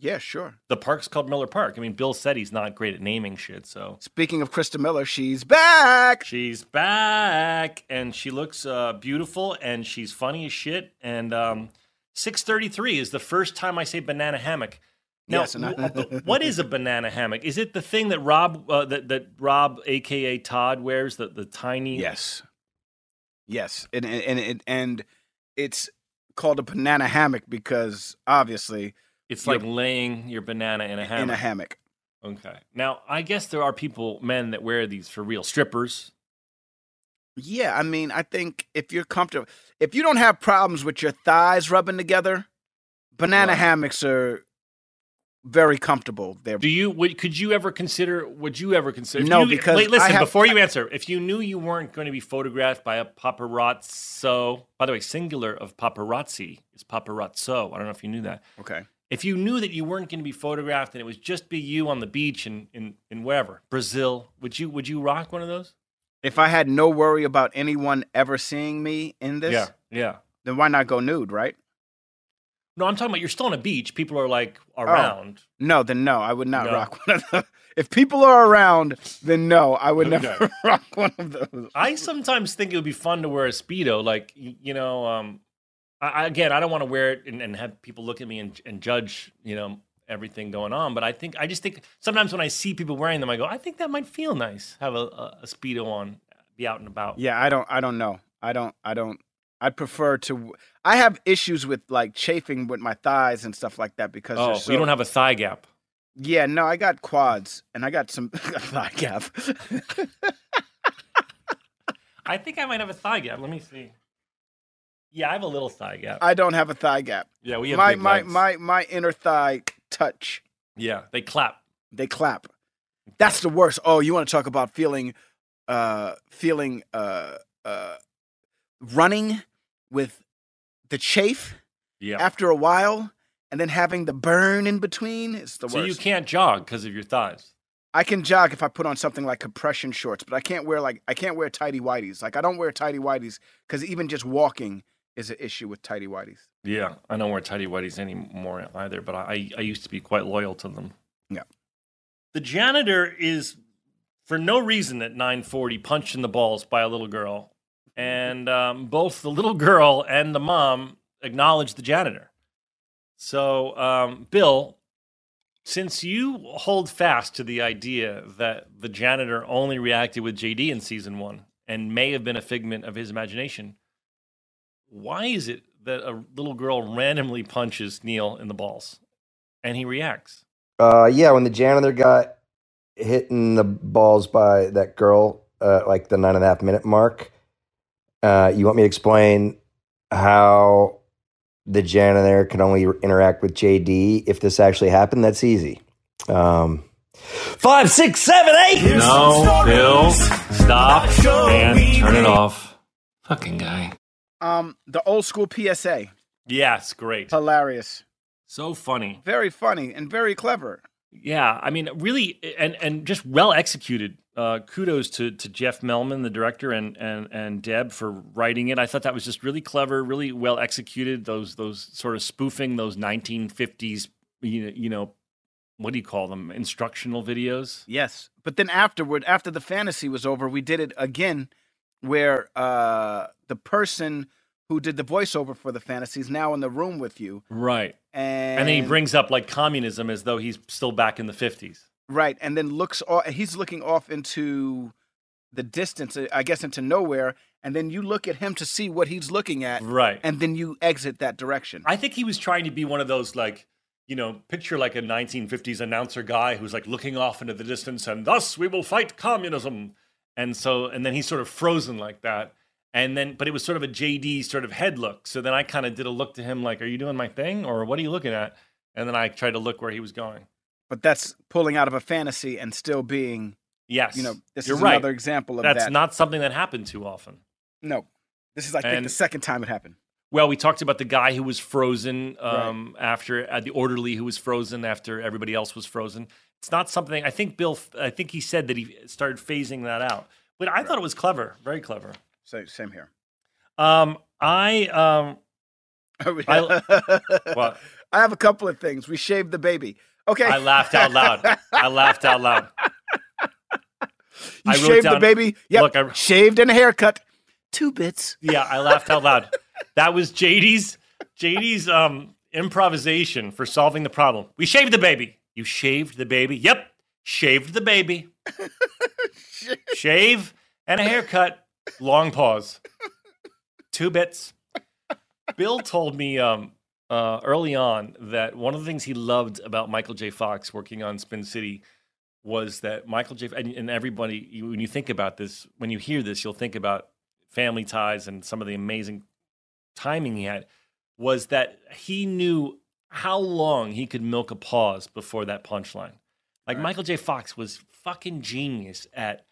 C: Yeah, sure.
B: The park's called Miller Park. I mean, Bill said he's not great at naming shit, so
C: Speaking of Krista Miller, she's back.
B: she's back and she looks uh, beautiful and she's funny as shit. And um, six thirty three is the first time I say banana hammock. Now,
C: Yes, and I-
B: wh- what is a banana hammock? Is it the thing that Rob, uh, that, that Rob, aka Todd, wears? The the tiny.
C: Yes. Yes, and and and, and- and it's called a banana hammock because obviously
B: It's like laying your banana in a hammock.
C: in a hammock.
B: Okay. Now, I guess there are people, men, that wear these for real. Strippers.
C: Yeah, I mean, I think if you're comfortable, if you don't have problems with your thighs rubbing together, banana
B: Right.
C: hammocks are very comfortable. They're
B: Do you? Would, could you ever consider? Would you ever consider? if
C: No,
B: you-
C: because
B: wait. Listen,
C: I have-
B: before you answer, if you knew you weren't going to be photographed by a paparazzo, by the way, singular of paparazzi is paparazzo. I don't know if you knew that.
C: okay.
B: If you knew that you weren't going to be photographed and it was just be you on the beach in in, in wherever Brazil, would you would you rock one of those?
C: If I had no worry about anyone ever seeing me in this,
B: Yeah. Yeah.
C: then why not go nude, right?
B: No, I'm talking about you're still on a beach. People are like
C: Oh.
B: around.
C: No, then no, I would not
B: No.
C: rock one of them. If people are around, then no, I would never rock one of those.
B: I sometimes think it would be fun to wear a speedo. Like y- you know, um, I, I, again, I don't want to wear it and, and have people look at me and, and judge. You know everything going on, but I think I just think sometimes when I see people wearing them, I go, I think that might feel nice. Have a, a, a speedo on, be out and about.
C: Yeah, I don't I don't know. I don't I don't I prefer to I have issues with like chafing with my thighs and stuff like that because
B: Oh,
C: they're so
B: you don't have a thigh gap.
C: Yeah, no, I got quads and I got some thigh gap.
B: I think I might have a thigh gap. Let me see. Yeah, I have a little thigh gap.
C: I don't have a thigh gap.
B: yeah, we have
C: my
B: big
C: my,
B: legs.
C: my my inner thigh touch.
B: Yeah, they clap.
C: They clap. That's the worst. Oh, you want to talk about feeling uh feeling uh uh running with the chafe
B: Yeah.
C: after a while and then having the burn in between It's the worst.
B: so you can't jog because of your thighs.
C: I can jog if I put on something like compression shorts, but I can't wear like I can't wear tidy whities. Like I don't wear tidy whities because even just walking is an issue with tidy whities.
B: Yeah, I don't wear tidy whities anymore either, but I, I used to be quite loyal to them.
C: Yeah.
B: The janitor is for no reason at 9:40 punched in the balls by a little girl, and um, both the little girl and the mom acknowledged the janitor. So, um, Bill, since you hold fast to the idea that the janitor only reacted with JD in season one and may have been a figment of his imagination, why is it that a little girl randomly punches Neil in the balls and he reacts?
F: Uh, yeah, when the janitor got hit in the balls by that girl, uh, like the nine and a half minute mark, uh, you want me to explain how the janitor can only interact with JD if this actually happened? That's easy. Um, five, six, seven, eight.
A: No, Bill, stop and turn it off. Fucking guy.
C: Um, the old school PSA,
B: Yes, great.
C: hilarious,
B: So funny.
C: very funny and very clever.
B: Yeah, I mean, really, and and just well executed. Uh, kudos to to Jeff Melman, the director, and and and Deb for writing it. I thought that was just really clever, really well executed. Those those sort of spoofing those 1950s, you know, you know, what do you call them? Instructional videos.
C: Yes, but then afterward, after the fantasy was over, we did it again, where uh the person who did the voiceover for the fantasy is now in the room with you,
B: Right.
C: and
B: And, then he brings up like communism as though he's still back in the 50s.
C: Right, and then looks off. He's looking off into the distance, uh, I guess, into nowhere, and then you look at him to see what he's looking at,
B: Right.
C: and then you exit that direction.
B: I think he was trying to be one of those like, you know, picture like a 1950s announcer guy who's like looking off into the distance and thus we will fight communism. And so and then he's sort of frozen like that. And then but it was sort of a JD sort of head look. So then I kind of did a look to him like, "Are you doing my thing or what are you looking at?" And then I tried to look where he was going.
C: but that's pulling out of a fantasy and still being,
B: Yes.
C: you know, this
B: You're
C: is
B: right.
C: another example of
B: That's
C: that.
B: not something that happened too often.
C: no, this is I think the
B: And-
C: second time it happened.
B: Well, we talked about the guy who was frozen um, after uh, the orderly who was frozen after everybody else was frozen. It's not something I think Bill. I think he said that he started phasing that out, but I thought it was clever, very clever.
C: So same here.
B: Um, I um,
C: I,
B: What?
C: have a couple of things. We shaved the baby. Okay,
B: I laughed out loud. I laughed out loud.
C: you
B: I wrote
C: shaved the
B: down-
C: baby. Yep,
B: Look, I-
C: shaved and a haircut. Two bits.
B: Yeah, I laughed out loud. That was JD's JD's um, improvisation for solving the problem. We shaved the baby. You shaved the baby. Yep, shaved the baby. Shave and a haircut. Long pause. Two bits. Bill told me um, uh, early on that one of the things he loved about Michael J. Fox working on Spin City was that Michael J. and, and everybody, you, when you think about this, when you hear this, you'll think about family ties and some of the amazing timing he had. Was that he knew how long he could milk a pause before that punchline. Like Michael J. Fox was fucking genius at,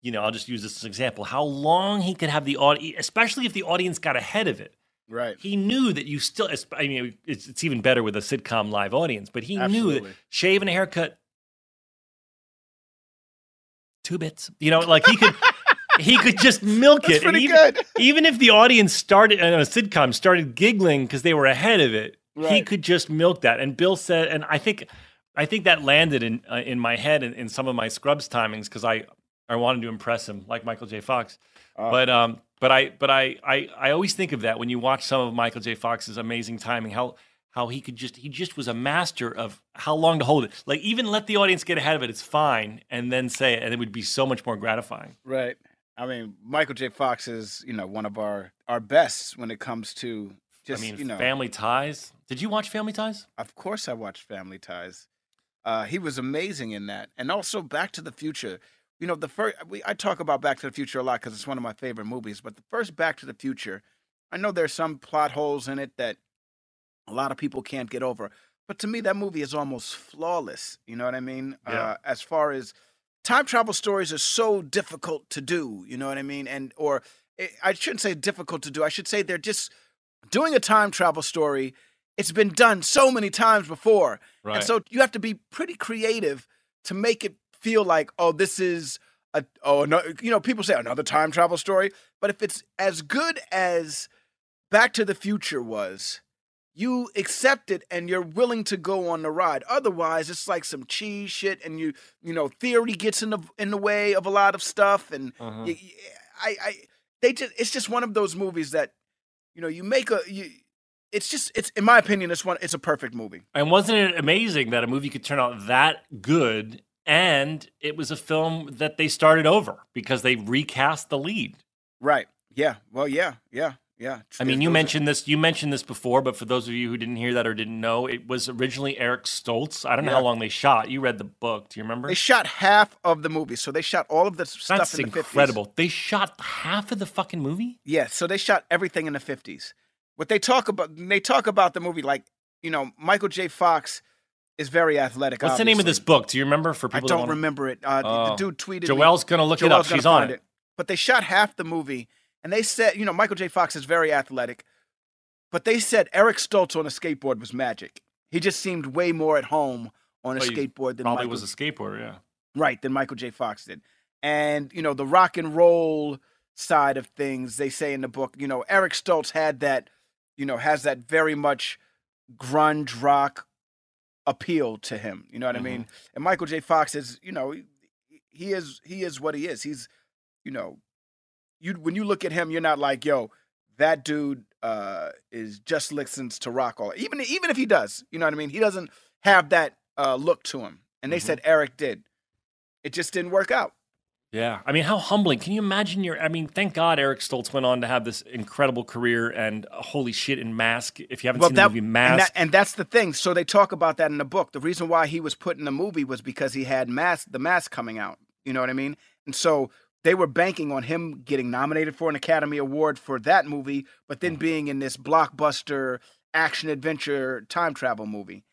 B: you know, I'll just use this as an example, how long he could have the audience, especially if the audience got ahead of it
C: Right.
B: he knew that you still i mean it's, it's even better with a sitcom live audience but he knew
C: Absolutely.
B: that shave and a haircut two bits you know like he could he could just milk
C: That's
B: it and
C: pretty
B: even,
C: good.
B: even if the audience started and a sitcom started giggling because they were ahead of it he
C: Right.
B: could just milk that and bill said and i think i think that landed in uh, in my head in, in some of my scrubs timings because i i wanted to impress him like michael j fox
C: Ah.
B: but um but i but I, I i always think of that when you watch some of michael j fox's amazing timing how how he could just he just was a master of how long to hold it like even let the audience get ahead of it it's fine and then say it and it would be so much more gratifying
C: Right. I mean, Michael J. Fox is, you know, one of our our best when it comes to just,
B: i mean
C: you know.
B: family ties did you watch family ties
C: Of course, I watched Family Ties. Uh, he was amazing in that, and also Back to the Future. You know, the first we, I talk about Back to the Future a lot because it's one of my favorite movies. But the first Back to the Future, I know there's some plot holes in it that a lot of people can't get over. But to me, that movie is almost flawless. You know what I mean? Uh, as far as time travel stories are so difficult to do. You know what I mean? And or eh, I shouldn't say difficult to do. I should say they're just doing a time travel story. It's been done so many times before, and so you have to be pretty creative to make it feel like, oh, this is a oh, no, you know, people say another time travel story, but if it's as good as Back to the Future was, you accept it and you're willing to go on the ride. Otherwise, it's like some cheese shit, and you you know theory gets in the in the way of a lot of stuff, and y- y- I I they just it's just one of those movies that you know you make a you. It's just it's in my opinion it's one it's a perfect movie.
B: And wasn't it amazing that a movie could turn out that good? And it was a film that they started over because they recast the lead.
C: Right. Yeah. Well. Yeah. Yeah. Yeah.
B: I
C: There's
B: mean, you
C: those-
B: mentioned this. You mentioned this before, but for those of you who didn't hear that or didn't know, it was originally Eric Stoltz. I don't know how
C: Yeah.
B: long they shot. You read the book. Do you remember?
C: they shot half of the movie, so they shot all of the s- stuff
B: That's
C: in the 50s.
B: incredible. They shot half of the fucking movie.
C: Yeah, so they shot everything in the fifties. What they talk about, they talk about the movie like you know Michael J. Fox is very athletic.
B: What's the name of this
C: obviously.
B: book? Do you remember? For
C: I
B: people, that
C: don't
B: wanna-
C: remember it. Uh, the-
B: Oh.
C: the, dude tweeted. me-
B: Joelle's gonna look it up.
C: Joelle's gonna
B: She's on
C: find
B: it.
C: But they shot half the movie, and they said, you know, Michael J. Fox is very athletic, but they said Eric Stoltz on a skateboard was magic. He just seemed way more at home on a
B: Oh, you
C: skateboard than
B: Probably
C: Michael
B: was a skateboarder. Yeah.
C: Right, than Michael J. Fox did. And, you know, the rock and roll side of things, they say in the book, you know, Eric Stoltz had that, you know, has that very much grunge rock appeal to him. You know what I mean? And Michael J. Fox is, you know, he, he is he is what he is. He's, you know, you when you look at him, you're not like, yo, that dude uh is just listens to rock all even even if he does, you know what I mean? He doesn't have that uh look to him. And they said Eric did it just didn't work out.
B: Yeah. I mean, how humbling. Can you imagine your? I mean, thank God Eric Stoltz went on to have this incredible career and uh, holy shit in Mask. If you haven't seen the movie
C: and, that-
B: Mask,
C: and that's the thing. So they talk about that in the book. The reason why he was put in the movie was because he had mask, the mask coming out. You know what I mean? And so they were banking on him getting nominated for an Academy Award for that movie, but
B: Mm-hmm.
C: then being in this blockbuster action adventure time travel movie.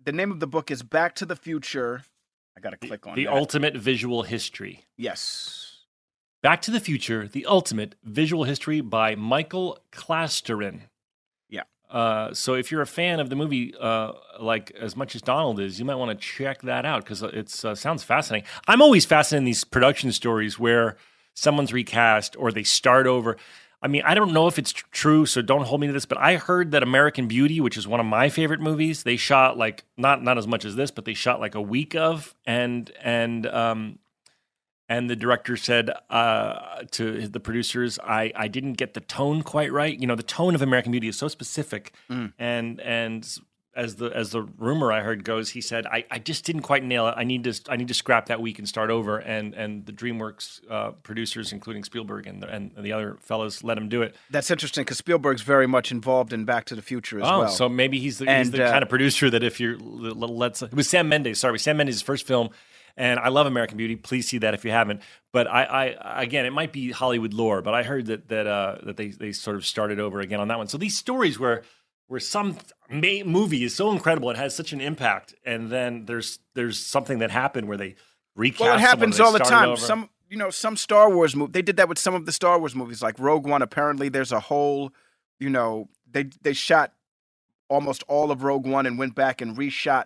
C: The name of the book is Back to the Future. I gotta click on
B: the
C: that.
B: ultimate visual history.
C: yes.
B: Back to the Future, The Ultimate Visual History by Michael Klasterin.
C: Yeah.
B: Uh, so if you're a fan of the movie, uh, like as much as Donald is, you might want to check that out because it uh, sounds fascinating. I'm always fascinated in these production stories where someone's recast or they start over. I mean, I don't know if it's tr- true, so don't hold me to this, but I heard that American Beauty, which is one of my favorite movies, they shot like not not as much as this, but they shot like a week of and and um and the director said uh, to the producers, I, I didn't get the tone quite right. You know, the tone of American Beauty is so specific.
C: Mm.
B: And and as the as the rumor I heard goes, he said, I, I just didn't quite nail it. I need to I need to scrap that week and start over. And and the DreamWorks uh, producers, including Spielberg and the, and the other fellows, let him do it.
C: That's interesting because Spielberg's very much involved in Back to the Future as
B: oh,
C: well.
B: so maybe he's the, he's
C: And,
B: the
C: uh,
B: kind of producer that if you're l- l- let's it was Sam Mendes, sorry, Sam Mendes' first film, and I love American Beauty. Please see that if you haven't. But I, I again, it might be Hollywood lore, but I heard that that uh, that they they sort of started over again on that one. So these stories where where some ma- movie is so incredible, it has such an impact, and then there's there's something that happened where they recast.
C: Well, it
B: someone,
C: happens
B: they
C: all the
B: start it
C: time.
B: over.
C: Some, you know, some Star Wars movie. They did that with some of the Star Wars movies, like Rogue One. Apparently, there's a whole, you know, they they shot almost all of Rogue One and went back and reshot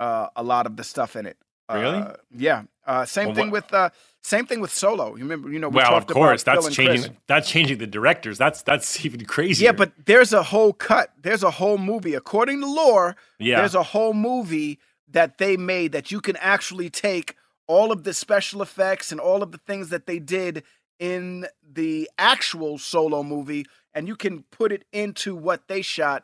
C: uh, a lot of the stuff in it.
B: Really?
C: Uh, yeah. Uh, same
B: Well,
C: thing
B: what-
C: with uh, same thing with Solo. You remember? You know, we
B: well, of
C: talked
B: course,
C: about Bill
B: that's
C: and
B: changing.
C: Chris.
B: That's changing the directors. That's that's even crazier.
C: Yeah, but there's a whole cut. There's a whole movie. According to lore,
B: yeah,
C: there's a whole movie that they made that you can actually take all of the special effects and all of the things that they did in the actual solo movie and you can put it into what they shot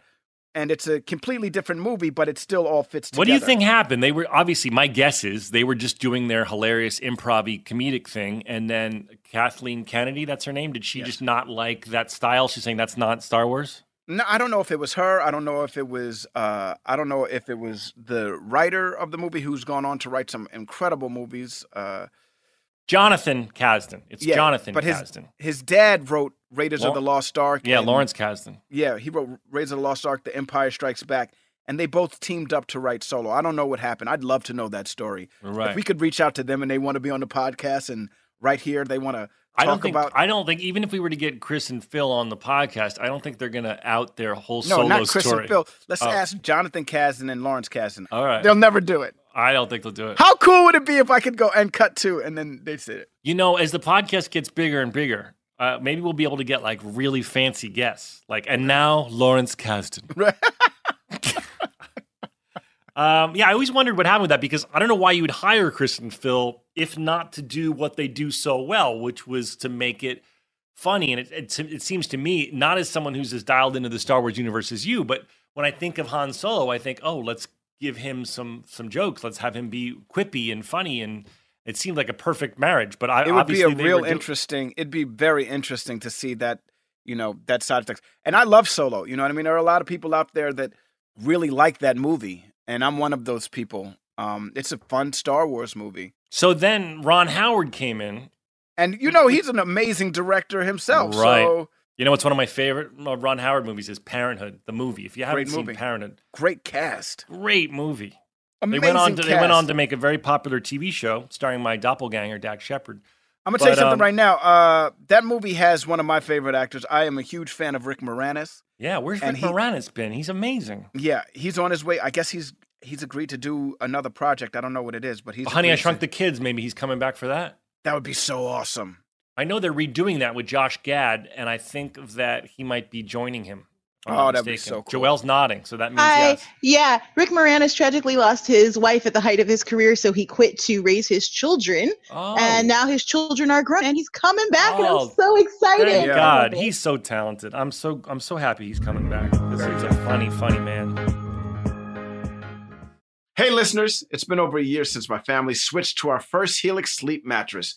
C: and it's a completely different movie but it still all fits together
B: What do you think happened? They were obviously my guess is they were just doing their hilarious improv comedic thing, and then Kathleen Kennedy, that's her name, did she just not like that style? She's saying that's not Star Wars.
C: no i don't know if it was her i don't know if it was uh i don't know if it was the writer of the movie who's gone on to write some incredible movies uh
B: Jonathan Kasdan. It's
C: Yeah,
B: Jonathan
C: but his-
B: Kasdan.
C: his dad wrote raiders
B: Lau-
C: of the lost ark
B: Yeah,
C: and-
B: Lawrence Kasdan.
C: Yeah, he wrote Raiders of the Lost Ark, The Empire Strikes Back, and they both teamed up to write solo. I don't know what happened. I'd love to know that story.
B: Right.
C: If we could reach out to them and they want to be on the podcast and right here they want to talk
B: I don't think
C: about
B: I don't think even if we were to get Chris and Phil on the podcast, I don't think they're gonna out their whole
C: no,
B: solo
C: not Chris
B: story. uh,
C: and Phil. Let's
B: Oh.
C: ask Jonathan Kasdan and Lawrence Kasdan.
B: All right.
C: They'll never do it.
B: I don't think they'll do it.
C: How cool would it be if I could go and cut two and then they said it?
B: You know, as the podcast gets bigger and bigger, uh, maybe we'll be able to get like really fancy guests. Like, and now Lawrence Kasdan.
C: Right.
B: um, yeah, I always wondered what happened with that because I don't know why you would hire Chris and Phil if not to do what they do so well, which was to make it funny. And it, it, it seems to me, not as someone who's as dialed into the Star Wars universe as you, but when I think of Han Solo, I think, oh, let's give him some some jokes. Let's have him be quippy and funny and. It seemed like a perfect marriage, but I
C: It would be
B: obviously
C: a
B: they
C: real
B: were do-
C: interesting. It'd be very interesting to see that, you know, that side of things. And I love Solo. You know what I mean? There are a lot of people out there that really like that movie, and I'm one of those people. Um, it's a fun Star Wars movie,
B: So then Ron Howard came in.
C: and you know he's an amazing director himself.
B: Right.
C: So
B: You know, it's one of my favorite uh, Ron Howard movies is Parenthood, the movie. If you haven't
C: Great
B: seen
C: movie.
B: Parenthood,
C: great cast.
B: great movie.
C: Amazing
B: they went on to
C: cast.
B: they went on to make a very popular TV show starring my doppelganger Dak Shepard.
C: I'm gonna tell you
B: but,
C: something
B: um,
C: right now. Uh, that movie has one of my favorite actors. I am a huge fan of Rick Moranis.
B: Yeah, where's Rick
C: And he-
B: Moranis been? He's amazing.
C: Yeah, he's on his way. I guess he's he's agreed to do another project. I don't know what it is, but he's.
B: Honey, I
C: agreed to-
B: Shrunk the Kids. Maybe he's coming back for that.
C: That would be so awesome.
B: I know they're redoing that with Josh Gad, and I think that he might be joining him. if I'm
C: Oh,
B: not
C: that'd be
B: mistaken.
C: so cool.
B: Joel's nodding, so that means
G: Hi.
B: yes.
G: Yeah, Rick Moranis tragically lost his wife at the height of his career, so he quit to raise his children,
B: Oh,
G: and now his children are grown, and he's coming back, and
B: Oh,
G: I'm so excited.
B: Thank
C: Yeah.
B: God, he's so talented. I'm so I'm so happy he's coming back. This is a funny, funny man.
E: Hey, listeners, it's been over a year since my family switched to our first Helix sleep mattress.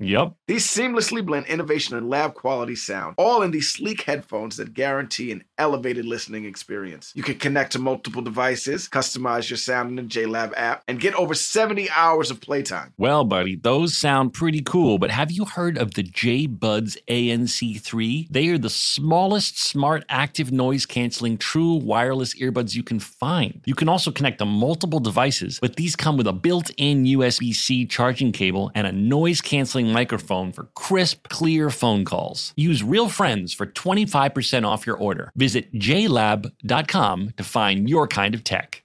A: Yep.
E: These seamlessly blend innovation and lab quality sound, all in these sleek headphones that guarantee an elevated listening experience. You can connect to multiple devices, customize your sound in the J Lab app, and get over 70 hours of playtime.
A: Well, buddy, those sound pretty cool, but have you heard of the J Buds ANC3? They are the smallest smart active noise canceling true wireless earbuds you can find. You can also connect to multiple devices, but these come with a built in USB C charging cable and a noise canceling microphone for crisp, clear phone calls. Use Real Friends for 25% off your order. Visit jlab.com to find your kind of tech.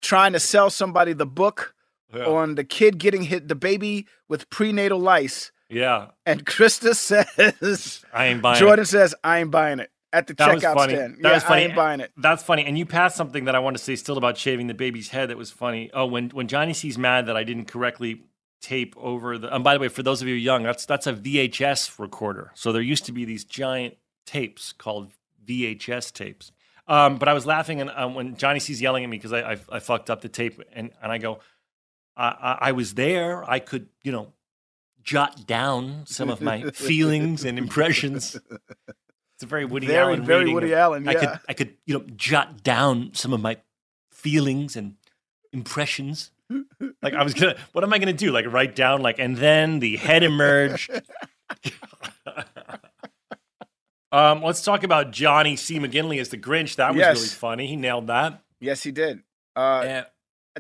C: Trying to sell somebody the book on the kid getting hit, the baby with prenatal lice.
B: Yeah,
C: And Krista says,
B: I ain't buying.
C: Jordan says, I ain't buying it at the
B: That was
C: checkout
B: funny.
C: stand.
B: That
C: yeah,
B: was funny.
C: I ain't buying it.
B: it. That's funny. And you passed something that I want to say still about shaving the baby's head. That was funny. Oh, when when Johnny sees mad that I didn't correctly tape over the. And by the way, for those of you young, that's that's a VHS recorder. So there used to be these giant tapes called VHS tapes. Um, but I was laughing and um, when Johnny sees yelling at me because I, I I fucked up the tape and and I go, I, I I was there. I could you know jot down some of my feelings and impressions. It's a very Woody
C: very,
B: Allen
C: very
B: reading
C: Woody
B: of-
C: Allen. Yeah.
B: I could I could you know jot down some of my feelings and impressions. Like I was gonna, what am I gonna do? Like write down like, and then the head emerged. um, let's talk about Johnny C. McGinley as the Grinch. That was really
C: Yes.
B: funny. He nailed that.
C: Yes, he did. Uh,
B: Eh,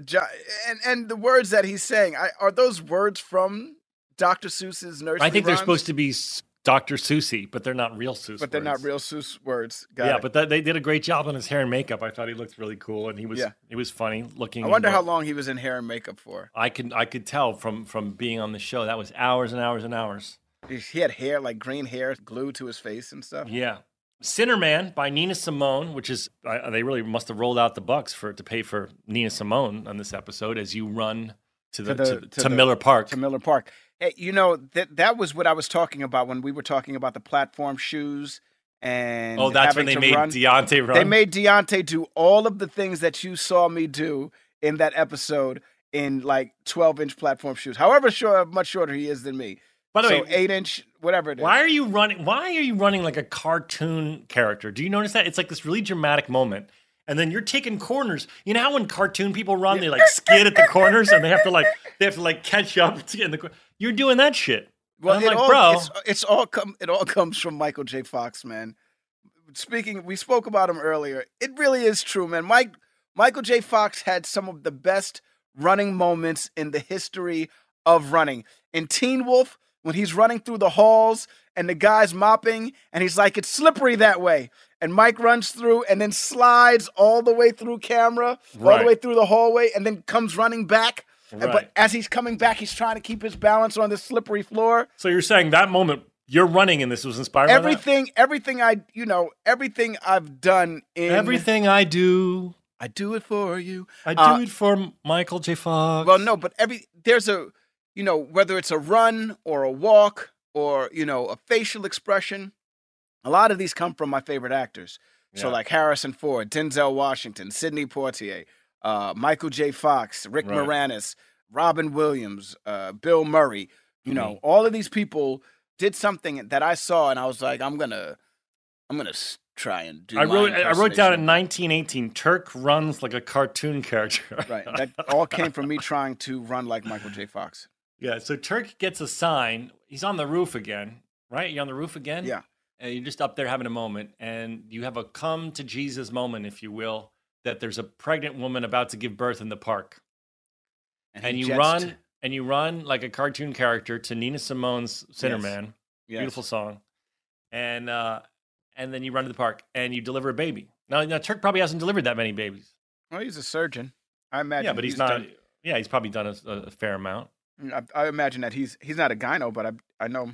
C: Jo- and and the words that he's saying I, are those words from Dr. Seuss's nursery.
B: I think they're
C: rhymes?
B: supposed to be S- Dr. Susie, but they're not real Susie.
C: but they're not real Seuss words. Got
B: yeah,
C: it.
B: but that, they did a great job on his hair and makeup. I thought he looked really cool, and he was
C: Yeah.
B: he was funny looking. uh,
C: I
B: He
C: wonder how
B: looked-
C: long he was in hair and makeup for.
B: I can I could tell from from being on the show that was hours and hours and hours.
C: He had hair like green hair glued to his face and stuff.
B: Yeah. Sinner Man by Nina Simone, which is I, they really must have rolled out the bucks for to pay for Nina Simone on this episode as you run to the to,
C: the- to
B: to
C: the-
B: Miller Park.
C: To Miller Park. Hey, you know that that was what I was talking about when we were talking about the platform shoes and
B: oh, that's when they
C: having
B: made
C: to run.
B: Deontay run.
C: They made Deontay do all of the things that you saw me do in that episode in like 12 inch platform shoes. However short, much shorter he is than me.
B: by the
C: so
B: way,
C: eight inch, whatever it is.
B: why are you running? Why are you running like a cartoon character? Do you notice that it's like this really dramatic moment? and then you're taking corners. You know how when cartoon people run, they like skid at the corners and they have to like they have to like catch up to get in the. Cor- you're doing that shit.
C: Well,
B: I'm
C: it
B: like,
C: all,
B: bro.
C: It's, it's all come. It all comes from Michael J. Fox, man. Speaking, we spoke about him earlier. It really is true, man. Mike Michael J. Fox had some of the best running moments in the history of running. In Teen Wolf, when he's running through the halls and the guy's mopping, and he's like, "It's slippery that way." And Mike runs through and then slides all the way through camera, all the
B: Right.
C: way through the hallway, and then comes running back. And-
B: Right.
C: Uh, But as he's coming back, he's trying to keep his balance on this slippery floor
B: So you're saying that moment you're running and this was inspired by that?
C: everything everything i you know everything i've done in
B: Everything I do,
C: i do it for you
B: I do
C: Uh,
B: it for Michael J. Fox.
C: well no but every there's a you know whether it's a run or a walk or you know a facial expression a lot of these come from my favorite actors so
B: Yeah.
C: like harrison ford denzel washington sidney poitier uh, michael j fox rick
B: Right.
C: moranis robin williams uh, bill murray you know
B: Mm-hmm.
C: all of these people did something that i saw and i was like i'm gonna i'm gonna s- try and do
B: I
C: my
B: wrote I wrote down
C: impersonation
B: in 1918 Turk runs like a cartoon character.
C: Right. That all came from me trying to run like Michael J. Fox.
B: yeah. So Turk gets a sign. He's on the roof again, right? You're on the roof again.
C: Yeah.
B: And you're just up there having a moment, and you have a come to Jesus moment, if you will, that there's a pregnant woman about to give birth in the park, and,
C: he
B: you
C: jets
B: run
C: to-
B: and you run like a cartoon character to Nina Simone's Sinnerman. Man.
C: yes.
B: beautiful song and uh and then you run to the park and you deliver a baby now, now turk probably hasn't delivered that many babies
C: Well, he's a surgeon. I imagine.
B: yeah but he's, not
C: done-
B: yeah he's probably done a, a a fair amount
C: I, I imagine that he's he's not a gyno, but I I know.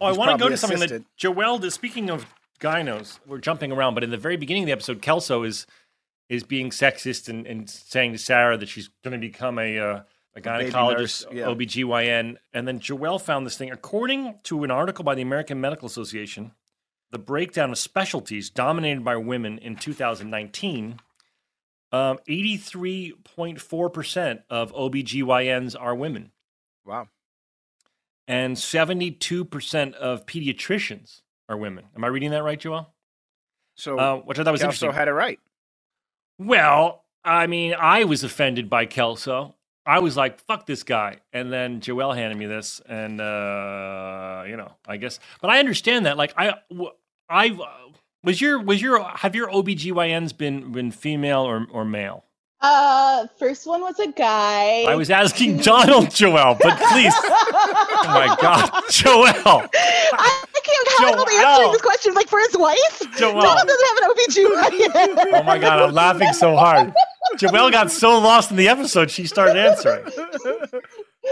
B: oh i
C: He's
B: want to go
C: probably
B: to something
C: assisted.
B: that joel is speaking of gynos we're jumping around but in the very beginning of the episode kelso is is being sexist and, and saying to sarah that she's going to become a uh a
C: baby
B: gynecologist,
C: nurse, yeah.
B: OBGYN. And then Joelle found this thing. According to an article by the American Medical Association, the breakdown of specialties dominated by women in 2019, um, 83.4% of OBGYNs are women,
C: Wow.
B: and 72% of pediatricians are women. Am I reading that right, Joel?
C: So
B: Uh, which I thought was
C: Kelso
B: interesting.
C: had it right.
B: well, I mean, I was offended by Kelso. I was like, fuck this guy. And then Joel handed me this, and, uh, you know, I guess. But I understand that. Like, I. W- I've. uh, Was your was your have your OBGYNs been been female or, or male?
G: Uh, first one was a guy.
B: I was asking Donald Joel, but please,
G: oh
B: oh my God, Joel,
G: I can't handle the answering
B: Joelle.
G: this question. Like for his wife,
B: Joelle.
G: Donald doesn't have an OBGYN.
B: oh my God, I'm laughing so hard. Joel got so lost in the episode, she started answering.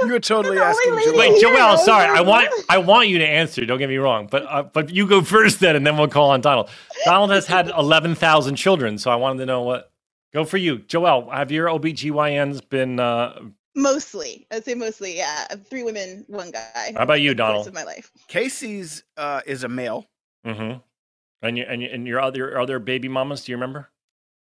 C: You were totally
G: Only
C: asking.
G: lady-
C: Joel.
B: Wait,
G: Yeah,
B: Joel, sorry,
G: yeah.
B: I want I want you to answer. Don't get me wrong, but uh, but you go first then, and then we'll call on Donald. Donald has had eleven thousand children, so I wanted to know what. Go for you, Joel. Have your OBGYNs been? Uh,
G: Mostly, I'd say mostly. Yeah, three women, one guy.
B: how about you,
G: the course
B: Donald?
G: Of my life.
C: Casey's uh, is a male.
B: Mm-hmm. And your and your, and your other other baby mamas? Do you remember?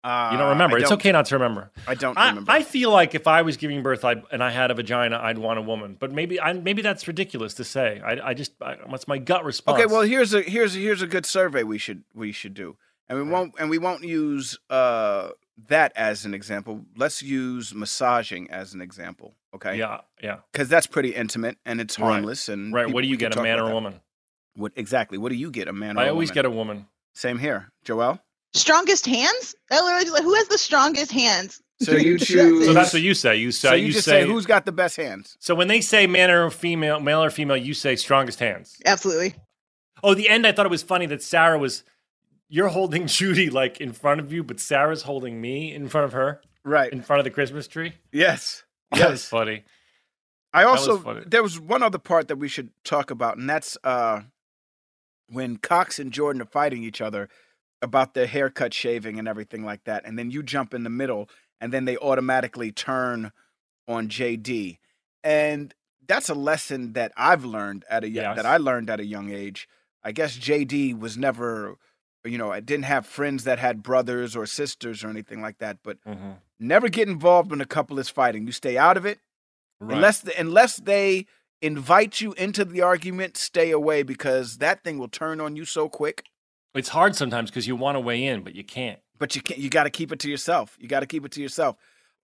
C: Uh,
B: You don't remember.
C: I
B: it's
C: don't-
B: okay not to remember.
C: I don't
B: I,
C: remember.
B: I feel like if I was giving birth I'd, and I had a vagina, I'd want a woman. But maybe I, maybe that's ridiculous to say. I, I just I, what's my gut response?
C: okay. Well, here's a here's a, here's a good survey we should we should do, and we won't and we won't use uh, that as an example. Let's use massaging as an example. Okay.
B: yeah, yeah,
C: because that's pretty intimate and it's
B: Right.
C: harmless. And
B: right.
C: people-
B: What do
C: we
B: you
C: can
B: get, a
C: talk
B: man or
C: about
B: a
C: that.
B: woman?
C: What exactly? What do you get, a man? Or
B: I
C: a
B: always
C: woman?
B: get a woman.
C: same here, Joel.
G: Strongest hands? That literally just like, who has the strongest hands?
C: So you
G: That's
C: choose-
G: it.
B: So that's what you say. You say
C: so
B: you,
C: just
B: say,
C: who's got the best hands.
B: So when they say man or female, male or female, you say strongest hands.
G: Absolutely.
B: Oh, the end. I thought it was funny that Sarah was. You're holding Judy like in front of you, but Sarah's holding me in front of her,
C: Right.
B: in front of the Christmas tree.
C: Yes.
B: That was
C: Yes.
B: funny.
C: I
B: was
C: also
B: funny.
C: there was one other part that we should talk about, and that's uh, when Cox and Jordan are fighting each other about their haircut, shaving, and everything like that, and then you jump in the middle, and then they automatically turn on JD, and that's a lesson that I've learned at a young
B: Yes.
C: that I learned at a young age. I guess JD was never, you know, I didn't have friends that had brothers or sisters or anything like that, but
B: Mhm.
C: never get involved when a couple is fighting. You stay out of it.
B: Right.
C: Unless the, unless they invite you into the argument, stay away because that thing will turn on you so quick.
B: it's hard sometimes because you want to weigh in, but you can't.
C: but you can't. You got to keep it to yourself. You got to keep it to yourself.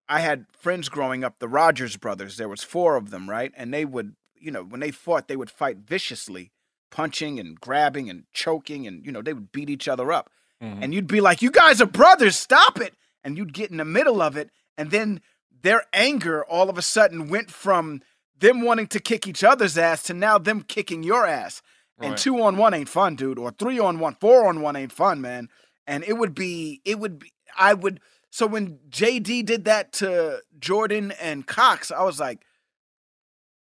C: I had friends growing up, the Rogers brothers. There was four of them, right? And they would, you know, when they fought, they would fight viciously, punching and grabbing and choking, and you know, they would beat each other up.
B: Mhm.
C: And you'd be like, "You guys are brothers. Stop it!" And you'd get in the middle of it, and then their anger all of a sudden went from them wanting to kick each other's ass to now them kicking your ass. And
B: Right.
C: two on one ain't fun, dude. Or three on one, four on one ain't fun, man. And it would be, it would be, I would. So when JD did that to Jordan and Cox, I was like,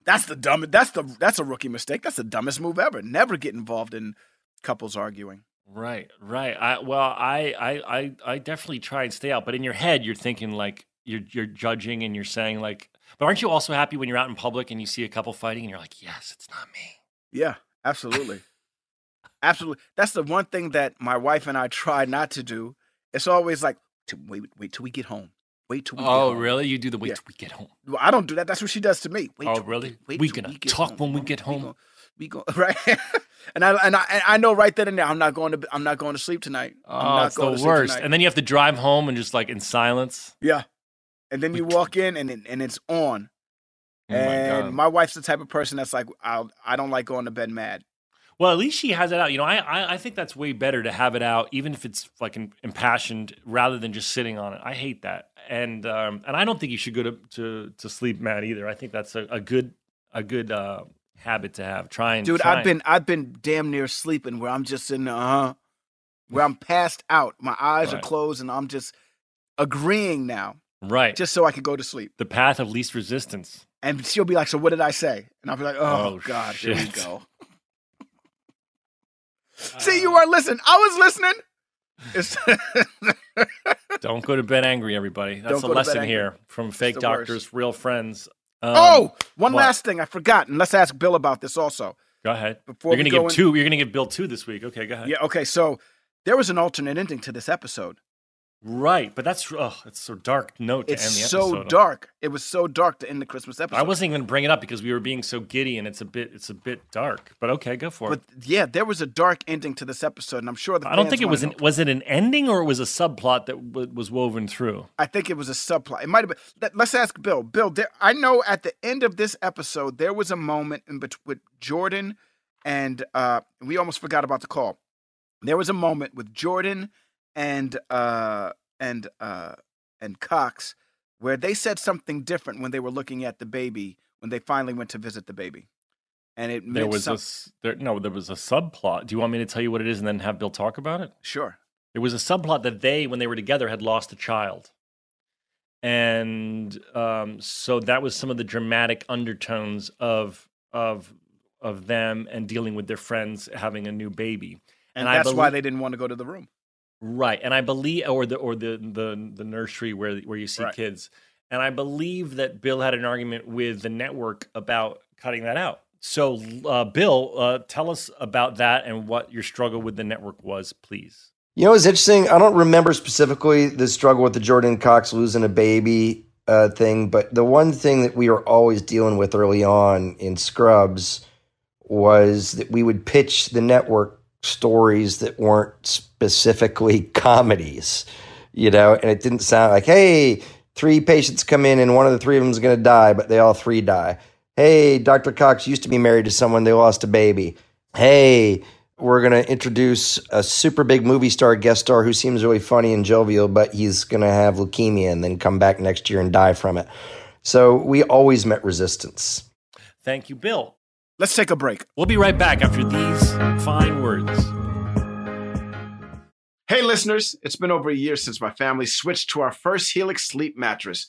C: that's the dumbest. That's the that's a rookie mistake. That's the dumbest move ever. Never get involved in couples arguing.
B: Right, right. I well, I, I, I, I definitely try and stay out, but in your head, you're thinking like you're you're judging and you're saying like, but aren't you also happy when you're out in public and you see a couple fighting and you're like, yes, it's not me.
C: Yeah, absolutely. absolutely. That's the one thing that my wife and I try not to do. It's always like, "T- wait, wait till we get home. Wait till we get
B: Oh,
C: home."
B: really? You do the wait
C: Yeah.
B: till we get home.
C: Well, I don't do that. That's what she does to me. Wait
B: Oh,
C: till
B: really?
C: wait
B: We
C: till
B: gonna talk when we
C: Mom.
B: get home.
C: gonna- We go right, and I and I and I know right then and there. I'm not going to. I'm not going to sleep tonight. I'm
B: Oh,
C: not
B: it's the worst. And then you have to drive home and just like in silence.
C: yeah, and then
B: We
C: you
B: t-
C: walk in and it- and it's on.
B: Oh
C: and
B: my God.
C: my wife's the type of person that's like, I'll, I don't like going to bed mad.
B: Well, at least she has it out. You know, I, I I think that's way better to have it out, even if it's like im- impassioned, rather than just sitting on it. I hate that, and um, and I don't think you should go to to, to sleep mad either. I think that's a, a good a good uh, habit to have. Try and
C: Dude,
B: try
C: I've
B: and-
C: been I've been damn near sleeping where I'm just in the uh where I'm passed out. My eyes are
B: Right.
C: closed and I'm just agreeing now,
B: right.
C: just so I could go to sleep.
B: the path of least resistance.
C: And she'll be like, "So what did I say?" And I'll be like, "Oh,
B: Oh,
C: God, here we
B: shit.
C: go." See,
B: Ah.
C: you are listening. I was listening. It's
B: Don't go to bed angry, everybody. That's
C: go
B: a
C: to bed
B: lesson
C: angry.
B: here from fake
C: the
B: doctors, real friends. Um,
C: oh, one
B: what?
C: last thing I forgot, and let's ask Bill about this also.
B: go ahead.
C: Before
B: You're
C: we
B: gonna
C: go
B: give
C: in-
B: two. You're gonna give Bill two this week. Okay, go ahead.
C: Yeah, okay. So there was an alternate ending to this episode.
B: Right, but that's oh, it's so dark note to
C: It's
B: end the episode.
C: so
B: on.
C: dark. It was so dark to end the Christmas episode.
B: I wasn't even gonna bring it up because we were being so giddy and it's a bit it's a bit dark. But okay, go for
C: But
B: it.
C: yeah, there was a dark ending to this episode, and I'm sure the
B: I don't
C: fans
B: think it
C: wanna
B: was an,
C: know.
B: was it an ending or it was a subplot that w- was woven through.
C: I think it was a subplot. It might have been. Let, let's ask Bill. Bill, there, I know at the end of this episode there was a moment in between with Jordan and uh, we almost forgot about the call. There was a moment with Jordan and uh, and uh, and Cox where they said something different when they were looking at the baby when they finally went to visit the baby, and it
B: There
C: meant
B: was a
C: some-
B: s- there, no, there was a subplot. Do you want me to tell you what it is and then have Bill talk about it?
C: sure.
B: There was a subplot that they, when they were together, had lost a child. And um, so that was some of the dramatic undertones of of of them and dealing with their friends having a new baby.
C: And,
B: And I
C: that's why
B: belie-
C: they didn't want to go to the room.
B: Right, and I believe, or the or the the the nursery where where you see
C: Right.
B: kids, and I believe that Bill had an argument with the network about cutting that out. So, uh, Bill, uh, tell us about that and what your struggle with the network was, please.
F: You know, what's interesting. I don't remember specifically the struggle with the Jordan Cox losing a baby uh, thing, but the one thing that we were always dealing with early on in Scrubs was that we would pitch the network stories that weren't specifically comedies, you know, and it didn't sound like, hey, three patients come in and one of the three of them is going to die, but they all three die. Hey, Dr. Cox used to be married to someone, they lost a baby. Hey, we're going to introduce a super big movie star guest star who seems really funny and jovial, but he's going to have leukemia and then come back next year and die from it. So we always met resistance.
B: Thank you, Bill.
C: Let's take a break.
B: We'll be right back after these fine words.
E: Hey, listeners, it's been over a year since my family switched to our first Helix sleep mattress.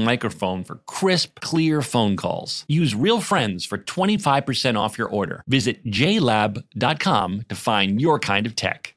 A: microphone for crisp, clear phone calls. Use Real Friends for 25% off your order. Visit jlab.com to find your kind of tech.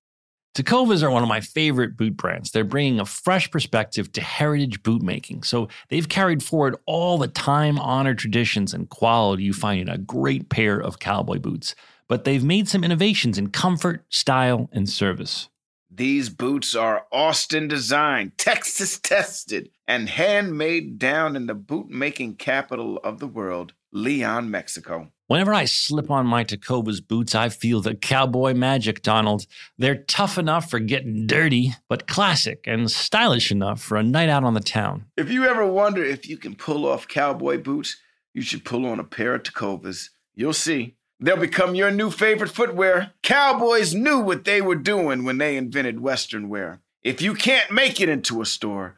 A: Tacovas are one of my favorite boot brands. They're bringing a fresh perspective to heritage boot making. So they've carried forward all the time honored traditions and quality you find in a great pair of cowboy boots. But they've made some innovations in comfort, style, and service.
C: These boots are Austin designed, Texas tested, and handmade down in the boot making capital of the world, Leon, Mexico.
A: Whenever I slip on my Tacovas boots, I feel the cowboy magic, Donald. They're tough enough for getting dirty, but classic and stylish enough for a night out on the town.
C: If you ever wonder if you can pull off cowboy boots, you should pull on a pair of Tacovas. You'll see. They'll become your new favorite footwear. Cowboys knew what they were doing when they invented Western wear. If you can't make it into a store,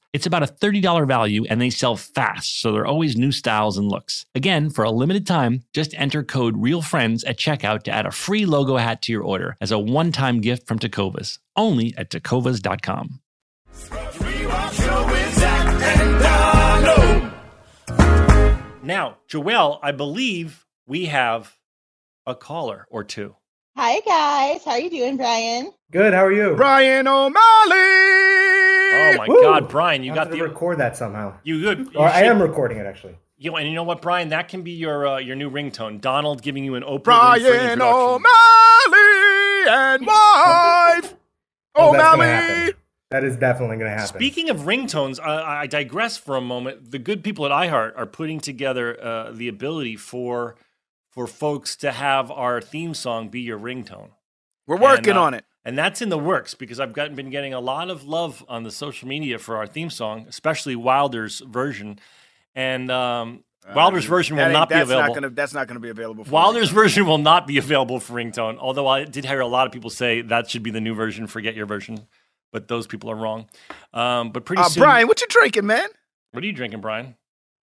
A: It's about a $30 value and they sell fast, so there are always new styles and looks. Again, for a limited time, just enter code REALFRIENDS at checkout to add a free logo hat to your order as a one time gift from Tacovas, only at tacovas.com.
B: Now, Joelle, I believe we have a caller or two.
G: Hi guys, how are you doing, Brian?
H: Good. How are you?
C: Brian O'Malley!
B: Oh my
H: Woo!
B: God, Brian, you
H: I
B: got
H: have to
B: the
H: record that somehow.
B: you good. You
H: Or I
B: should-
H: am recording it actually.
B: You know, and you know what, Brian? That can be your uh, your new ringtone. Donald giving you an Oprah Winfrey
C: Brian
B: introduction.
C: O'Malley and wife.
H: Oh, that's gonna
C: O'Malley.
H: happen. That is definitely going to happen.
B: Speaking of ringtones, I, I digress for a moment. The good people at iHeart are putting together uh, the ability for for folks to have our theme song be your ringtone,
I: We're working
B: And, uh,
I: on it.
B: and that's in the works because I've gotten been getting a lot of love on the social media for our theme song, especially Wilder's version, and um, Wilder's version will
I: Uh, That ain't-
B: not be
I: that's
B: available.
I: gonna, that's not going to be available. For
B: Wilder's
I: me.
B: version will not be available for ringtone, although I did hear a lot of people say that should be the new version, forget your version. But those people are wrong. Um, but pretty
I: Uh,
B: soon,
I: Brian, what you drinking, man?
B: what are you drinking, Brian?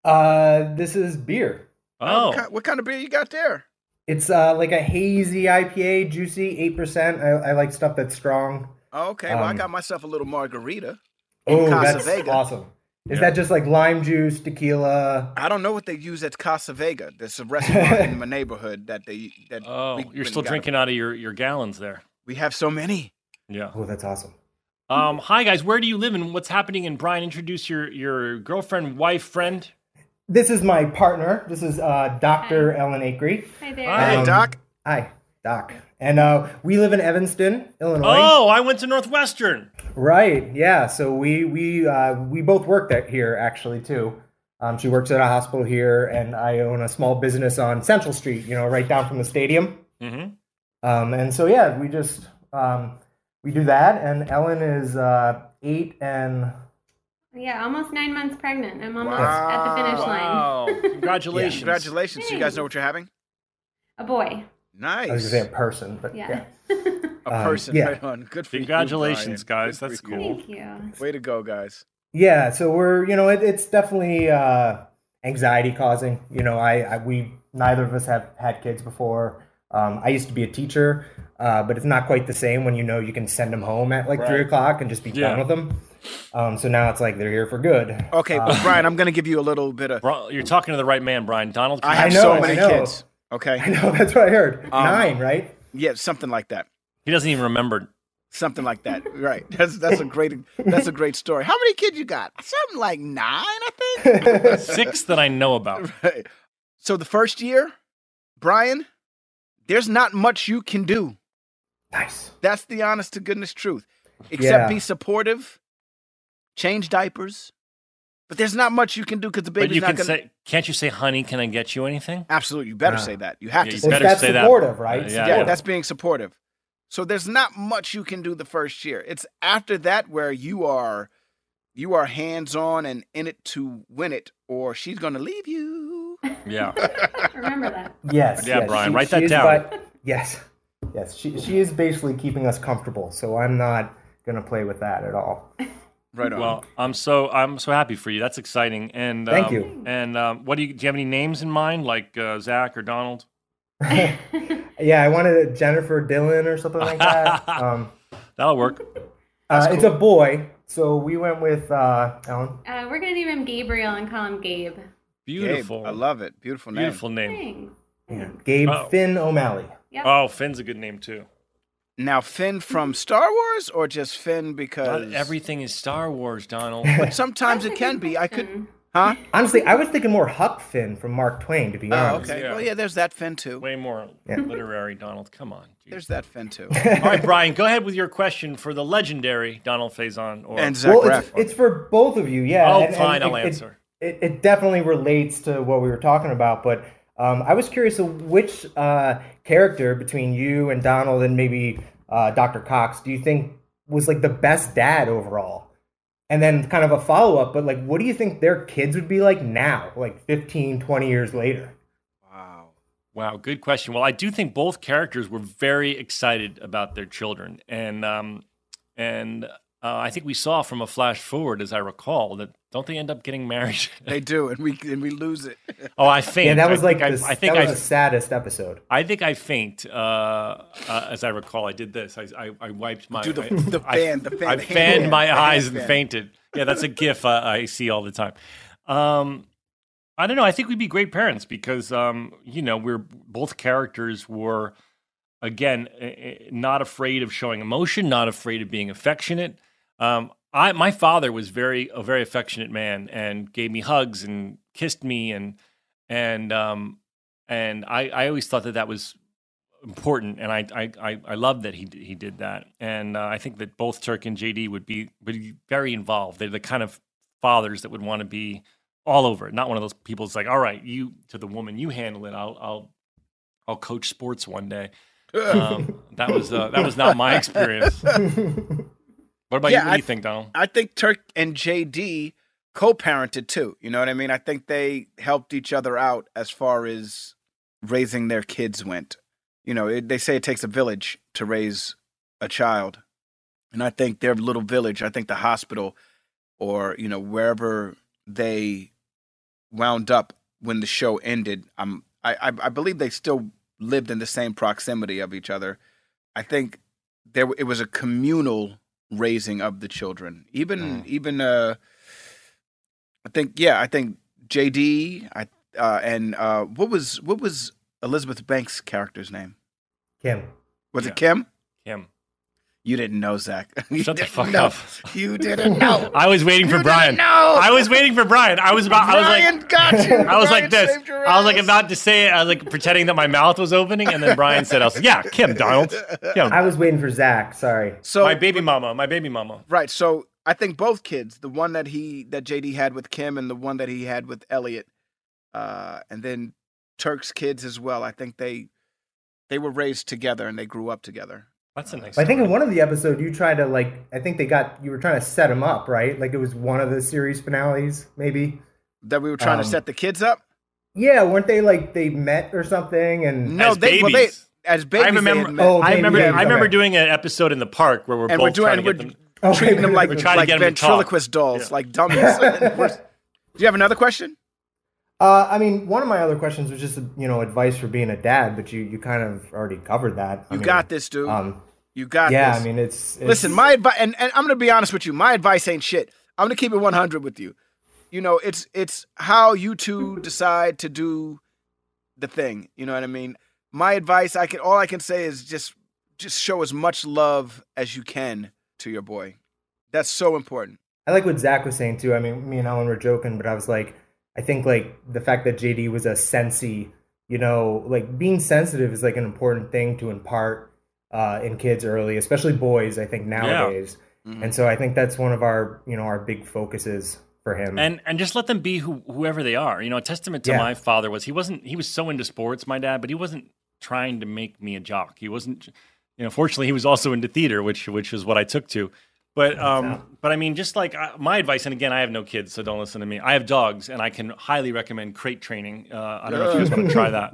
H: uh, this is beer.
B: Oh,
I: What
H: Um,
I: kind, what kind of beer you got there?
H: It's uh, like a hazy IPA, juicy, eight percent. I, I like stuff that's strong.
I: Oh, okay, well, I
H: Um,
I: got myself a little margarita.
H: Oh,
I: Casa
H: that's
I: Vega.
H: awesome. Is that just like lime juice, tequila?
I: I don't know what they use at Casa Vega. There's a restaurant in my neighborhood that they that
B: oh,
I: we
B: you're
I: went
B: still
I: and got it.
B: drinking out of your, your gallons there.
I: We have so many.
B: Yeah.
H: Oh, that's awesome.
B: Um, hi guys, where do you live and what's happening? And Brian, introduce your your girlfriend, wife, friend.
H: This is my partner. This is uh, Dr. Ellen Akery.
J: Hi there.
B: Hi.
I: Hey,
H: Um,
I: Doc.
H: Hi, Doc. And uh, we live in Evanston, Illinois.
B: Oh, I went to Northwestern.
H: Right. Yeah. So we we uh, we both worked at here actually too. Um, she works at a hospital here, and I own a small business on Central
B: Mm-hmm.
H: Street. You know, right down from the stadium.
B: Mhm.
H: Um, and so yeah, we just um, we do that, and Ellen is uh, eight and
K: Yeah, almost nine months pregnant. I'm almost
C: Wow.
K: at the finish line.
C: Wow.
B: Congratulations.
C: Congratulations. So you guys know what you're having?
K: A boy.
C: Nice.
H: I was gonna say a person, but yeah.
K: Yeah.
C: a
H: um,
C: person.
H: yeah.
C: Right on. Good for you,
B: Congratulations,
C: Brian.
B: guys.
C: Good for
B: That's
C: you.
B: cool.
K: Thank you.
C: Way to go, guys.
H: Yeah, so we're you know it, it's definitely uh, anxiety causing. You know, I, I we neither of us have had kids before. Um, I used to be a teacher, uh, but it's not quite the same when you know you can send them home at like three
B: Right.
H: o'clock and just be
B: Yeah.
H: done with them. Um, so now it's like they're here for good.
C: Okay,
H: Uh,
C: but Brian, I'm going to give you a little bit of.
B: Bro, you're talking to the right man, Brian. Donald
C: I
B: Trump.
C: have
H: know,
C: so
H: I
C: many
H: know.
C: kids. Okay.
H: I know that's what I heard.
C: Um,
H: Nine, right?
C: Yeah, something like that.
B: He doesn't even remember.
C: Something like that. Right. That's that's a great that's a great story. How many kids you got? Something like nine, I think.
B: Six that I know about.
C: Right. So the first year, Brian, there's not much you can do.
H: Nice.
C: That's the honest to goodness truth. Except
H: Yeah.
C: be supportive, change diapers. But there's not much you can do because the
B: But
C: baby's
B: you
C: not
B: can
C: gonna.
B: say, can't you say, honey, can I get you anything?
C: Absolutely, you better
H: Ah.
C: say that. You have
B: Yeah,
C: to.
B: you
C: say
H: It's
B: better
C: that.
H: that's
B: say that.
H: supportive, right?
B: Yeah,
C: yeah,
B: yeah.
C: that's being supportive. So there's not much you can do the first year. It's after that where you are, you are hands on and in it to win it, or she's gonna leave you.
B: Yeah.
K: Remember that.
H: Yes.
B: Yeah,
H: yes.
B: Brian, write that
H: is
B: down.
H: bi- yes. Yes. She she is basically keeping us comfortable, so I'm not gonna play with that at all.
C: Right on.
B: Well, I'm so I'm so happy for you. That's exciting. And
H: Thank
B: um,
H: you.
B: And um, what do you do? You have any names in mind, like uh, Zach or Donald?
H: Yeah, I wanted a Jennifer Dillon or something like that. um,
B: That'll work.
H: uh, It's a boy, so we went with uh, Ellen.
K: Uh, we're gonna name him Gabriel and call him Gabe.
C: Gabe,
B: Beautiful.
C: I love it. Beautiful name.
B: Beautiful name.
K: Thanks.
H: Gabe
B: Oh.
H: Finn O'Malley.
K: Yep.
B: Oh, Finn's a good name too.
C: Now Finn from Star Wars, or just Finn
B: Not
C: because
B: everything is Star Wars, Donald.
C: But sometimes it
K: That's a
C: can
K: good
C: be. I could,
K: question.
C: huh?
H: Honestly, I was thinking more Huck Finn from Mark Twain, to be
C: Oh,
H: honest.
C: okay.
B: Yeah.
C: Well, yeah, there's that Finn too.
B: Way more literary, Donald. Come on. Jeez.
C: There's that Finn too.
B: All right, Brian, go ahead with your question for the legendary Donald Faison. Or
C: And Zach
H: Well, it's,
C: Braff.
H: it's for both of you, yeah.
B: Oh,
H: and- and
B: fine, I'll
H: it- it-
B: answer.
H: It, it definitely relates to what we were talking about, but um, I was curious of which uh, character between you and Donald and maybe uh, Dr. Cox do you think was like the best dad overall? And then kind of a follow up, but like, what do you think their kids would be like now, like 15, 20 years later?
C: Wow.
B: Wow, good question. Well, I do think both characters were very excited about their children, and um, and uh, I think we saw from a flash forward, as I recall, that don't they end up getting married?
C: They do, and we and we lose it.
B: oh, I faint.
H: Yeah, that was
B: I
H: like
B: think
H: the,
B: I, I think
H: that
B: I,
H: was the saddest episode.
B: I think I faint. Uh, uh, as I recall, I did this. I I, I wiped my
C: Do the-
B: I,
C: the
B: I-
C: fan, the fan,
B: I
C: the hand
B: fanned
C: fan,
B: my
C: the hand
B: eyes and
C: fan.
B: fainted. Yeah, that's a gif I, I see all the time. Um, I don't know. I think we'd be great parents because um, you know we're both characters were again eh, eh, not afraid of showing emotion, not afraid of being affectionate. Um, I my father was very a very affectionate man and gave me hugs and kissed me and and um, and I, I always thought that that was important, and I I I, I love that he d- he did that, and uh, I think that both Turk and JD would be would be very involved. They're the kind of fathers that would want to be all over, not one of those people that's like, all right, you to the woman, you handle it. I'll I'll I'll coach sports one day. Um, that was uh, that was not my experience. What about
C: Yeah,
B: you? What do
C: I-
B: you think, Donald?
C: I think Turk and JD co-parented too. You know what I mean? I think they helped each other out as far as raising their kids went. You know, it, they say it takes a village to raise a child, and I think their little village. I think the hospital, or you know, wherever they wound up when the show ended. I'm, I, I, I believe they still lived in the same proximity of each other. I think there it was a communal raising of the children. Even
B: Mm.
C: even uh I think yeah, I think JD I uh and uh what was what was Elizabeth Banks' character's name?
H: Kim.
C: Was
B: Yeah.
C: it Kim?
B: Him.
C: You didn't know, Zach. You
B: Shut the
C: didn't
B: fuck
C: know.
B: up.
C: You didn't know.
B: I was waiting for
C: didn't
B: Brian.
C: know.
B: I was waiting for Brian. I was about. I was like,
C: Brian got you.
B: I was like
C: Brian
B: this.
C: saved your
B: I was like
C: ass.
B: about to say it. I was like pretending that my mouth was opening, and then Brian said, "I was like, yeah, Kim Donald, Kim,
H: I was waiting for Zach, sorry.
C: So
B: my baby mama, my baby mama."
C: Right. So I think both kids, the one that he that JD had with Kim and the one that he had with Elliot, uh, and then Turk's kids as well. I think they they were raised together and they grew up together.
B: That's a nice.
H: But I think
B: story.
H: in one of the episodes you tried to like I think they got you were trying to set him up, right? Like it was one of the series finales, maybe.
C: That we were trying to
H: Um,
C: set the kids up.
H: Yeah, weren't they like they met or something? And
C: No,
B: As
C: they, well, they
B: babies.
C: as babies.
B: I
C: they
B: remember.
C: had met.
H: Oh,
B: I
H: baby,
B: remember.
H: baby,
B: I remember
H: okay.
B: doing an episode in the park where we're
C: and
B: both
C: we're doing
B: trying to
C: we're
B: get them.
C: Mm, treating them like
B: Oh, We're trying to
C: like
B: get 'em to talk.
C: ventriloquist dolls,
B: Yeah.
C: like dummies. And we're- Do you have another question?
H: Uh, I mean, one of my other questions was just you know advice for being a dad, but you you kind of already covered that. I
C: You
H: mean,
C: got this, dude.
H: Um,
C: you got
H: yeah,
C: this.
H: I mean it's, it's
C: Listen, my advice, and, and I'm gonna be honest with you. My advice ain't shit. I'm gonna keep it 100 with you. You know, it's it's how you two decide to do the thing. You know what I mean? My advice, I can all I can say is just just show as much love as you can to your boy. That's so important.
H: I like what Zach was saying too. I mean, me and Alan were joking, but I was like, I think like the fact that JD was a sensey, you know, like being sensitive is like an important thing to impart uh, in kids early, especially boys. I think nowadays,
C: Mm-hmm.
H: and so I think that's one of our you know our big focuses for him.
B: and and just let them be who, whoever they are. You know, a testament to
H: Mm. Yeah.
B: my father was he wasn't he was so into sports, my dad, but he wasn't trying to make me a jock. He wasn't, you know. Fortunately, he was also into theater, which which is what I took to. But um, but I mean, just like uh, my advice, and again, I have no kids, so don't listen to me. I have dogs, and I can highly recommend crate training. Uh, I don't know if you guys want to try that,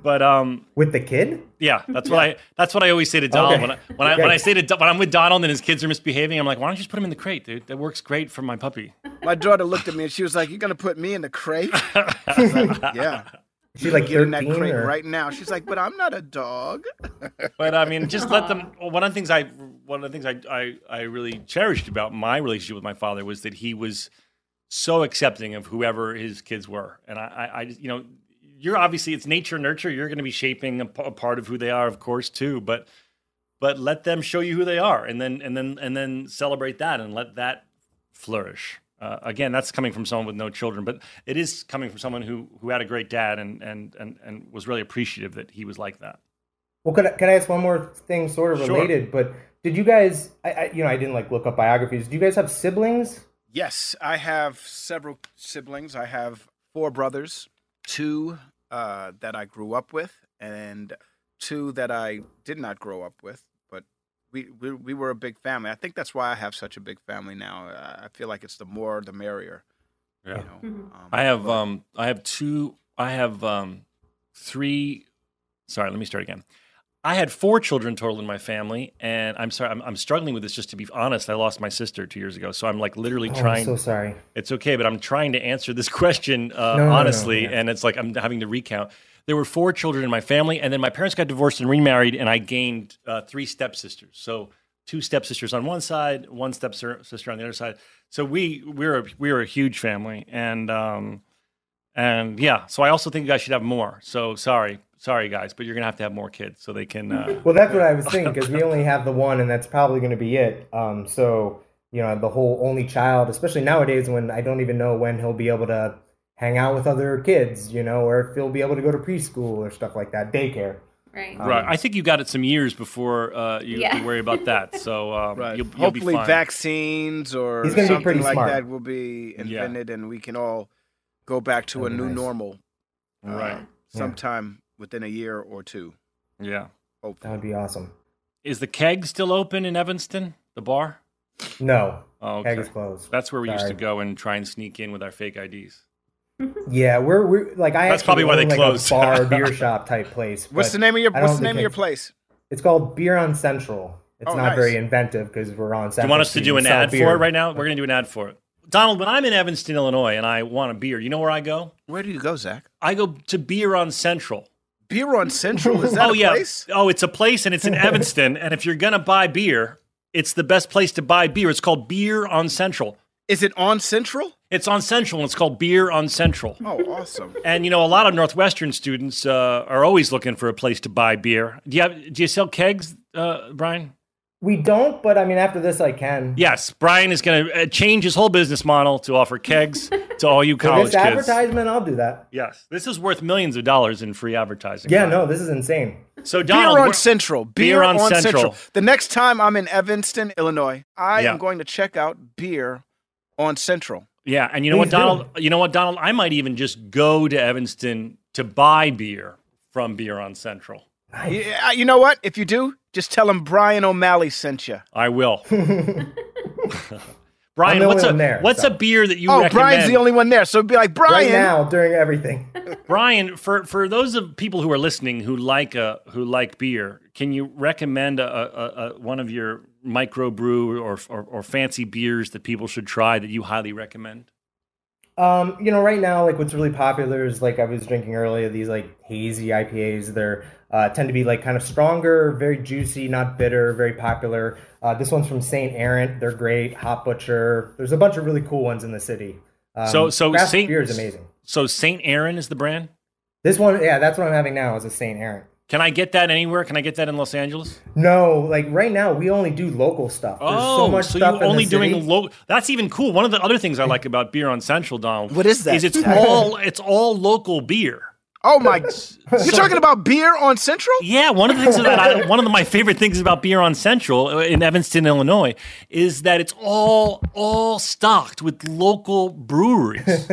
B: but um,
H: With the kid,
B: yeah, that's what I that's what I always say to Donald
H: Okay.
B: when I when I, when
H: Okay.
B: I say to Do- when I'm with Donald and his kids are misbehaving, I'm like, why don't you just put him in the crate, dude? That works great for my puppy.
C: My daughter looked at me and she was like, "You're gonna put me in the crate?" I was like, yeah.
H: she's like
C: Get in
H: thirteen
C: that crate
H: or
C: right now. She's like, "But I'm not a dog."
B: But I mean, just let them. One of the things I one of the things I, I I really cherished about my relationship with my father was that he was so accepting of whoever his kids were, and I I, I just you know you're obviously it's nature nurture. You're going to be shaping a, p- a part of who they are, of course, too. But but let them show you who they are, and then and then and then celebrate that, and let that flourish. Uh, again, that's coming from someone with no children, but it is coming from someone who who had a great dad and and and and was really appreciative that he was like that.
H: Well, could I, could I ask one more thing, sort of
B: Sure.
H: related? But did you guys? I, I you know I didn't like look up biographies. Do you guys have siblings?
C: Yes, I have several siblings. I have four brothers, two uh, that I grew up with, and two that I did not grow up with. But we, we we were a big family. I think that's why I have such a big family now. Uh, I I feel like it's the more the merrier.
B: Yeah.
C: know?
K: Mhm.
C: Um,
B: I have
C: but-
B: um I have two I have um three sorry, let me start again. I had four children total in my family, and I'm sorry, I'm, I'm struggling with this just to be honest. I lost my sister two years ago, so I'm like literally
H: Oh, I'm
B: trying.
H: so sorry.
B: it's okay, but I'm trying to answer this question uh,
H: No, no, no,
B: honestly,
H: yeah.
B: and it's like I'm having to recount. There were four children in my family, and then my parents got divorced and remarried, and I gained uh, three stepsisters. So two stepsisters on one side, one stepsister on the other side. So we we're a, we're a huge family, and um, and yeah. So I also think you guys should have more. So sorry, sorry guys, but you're gonna have to have more kids so they can. Uh,
H: Well, that's what I was thinking because we only have the one, and that's probably going to be it. Um, so you know, the whole only child, especially nowadays when I don't even know when he'll be able to hang out with other kids, you know, or if he'll be able to go to preschool or stuff like that, daycare.
K: Right.
B: Right. I think you got it some years before uh, you have
K: Yeah.
B: to worry about that. So um, you'll, you'll be
C: Hopefully,
B: fine.
C: vaccines or
H: He's gonna be
C: something
H: pretty
C: like
H: smart.
C: that will be invented, and we can all go back to a
H: That'd be
C: new
H: nice.
C: normal uh,
B: Right.
C: sometime within a year or two.
B: Yeah.
H: That
C: Hopefully.
H: would be awesome.
B: Is the keg still open in Evanston? The bar?
H: No,
B: Oh,
H: okay.
B: okay.
H: is closed.
B: That's where we used to
H: Sorry.
B: go and try and sneak in with our fake IDs.
H: Yeah, we're we're like I.
B: That's
H: actually
B: probably why they
H: own, like, a
B: closed.
H: bar beer shop type place.
C: What's
H: but
C: the name of your
H: I
C: What's
H: don't
C: the
H: think
C: name of your
H: it's-
C: place?
H: It's called Beer on Central. It's
C: Oh,
H: not
C: nice.
H: very inventive because we're on
B: Do
H: Central.
B: you want us to
H: Street
B: do
H: and
B: an
H: sell
B: ad
H: beer.
B: for it right now? We're going to do an ad for it. Donald, when I'm in Evanston, Illinois, and I want a beer, you know where I go?
C: Where do you go, Zach?
B: I go to Beer on Central.
C: Beer on Central is that
B: oh
C: a
B: yeah.
C: place?
B: Oh, it's a place, and it's in Evanston. And if you're going to buy beer, it's the best place to buy beer. It's called Beer on Central.
C: Is it on Central?
B: It's on Central, and it's called Beer on Central.
C: Oh, awesome.
B: And you know, a lot of Northwestern students uh, are always looking for a place to buy beer. Do you have, do you sell kegs, uh, Brian?
H: We don't, but I mean, after this, I can.
B: Yes, Brian is going to uh, change his whole business model to offer kegs to all you
H: For
B: college
H: this
B: kids.
H: advertisement, I'll do that.
B: Yes, this is worth millions of dollars in free advertising.
H: Yeah,
B: Brian.
H: no, this is insane.
B: So Donald,
C: Beer on
B: we're-
C: Central. Beer, on, Central. The next time I'm in Evanston, Illinois, I
B: Yeah.
C: am going to check out beer on Central.
B: yeah, and you know what,
H: Please do.
B: Donald? You know what, Donald? I might even just go to Evanston to buy beer from Beer on Central.
C: Yeah, you know what? If you do, just tell him Brian O'Malley sent you.
B: I will.
H: I'm
B: Brian,
H: the
B: what's
H: only
B: a
H: one there,
B: what's
H: so.
B: a beer that you
C: oh,
B: recommend?
C: Brian's the only one there, so be like Brian.
H: Right now, during everything.
B: Brian, for for those of people who are listening who like uh who like beer, can you recommend a, a, a, a one of your microbrew or, or or fancy beers that people should try that you highly recommend?
H: Um, you know, right now, like what's really popular is like I was drinking earlier, these like hazy IPAs. They're uh, tend to be like kind of stronger, very juicy, not bitter, very popular. Uh, this one's from Saint Errant. They're great. Hot Butcher. There's a bunch of really cool ones in the city. Um,
B: So- so
H: craft
B: Saint-
H: beer is amazing.
B: So Saint Aaron is the brand.
H: This one, yeah, that's what I'm having now is a Saint Errant.
B: Can I get that anywhere? Can I get that in Los Angeles?
H: No, like right now we only do local stuff. There's so much stuff
B: Oh, you're
H: in
B: only
H: the city.
B: doing local. That's even cool. One of the other things I like about beer on Central, Donald,
C: What is that?
B: is it's all it's all local beer.
C: Oh my! You're talking about beer on Central?
B: Yeah, one of the things that I, one of the, my favorite things about beer on Central uh, in Evanston, Illinois, is that it's all all stocked with local breweries.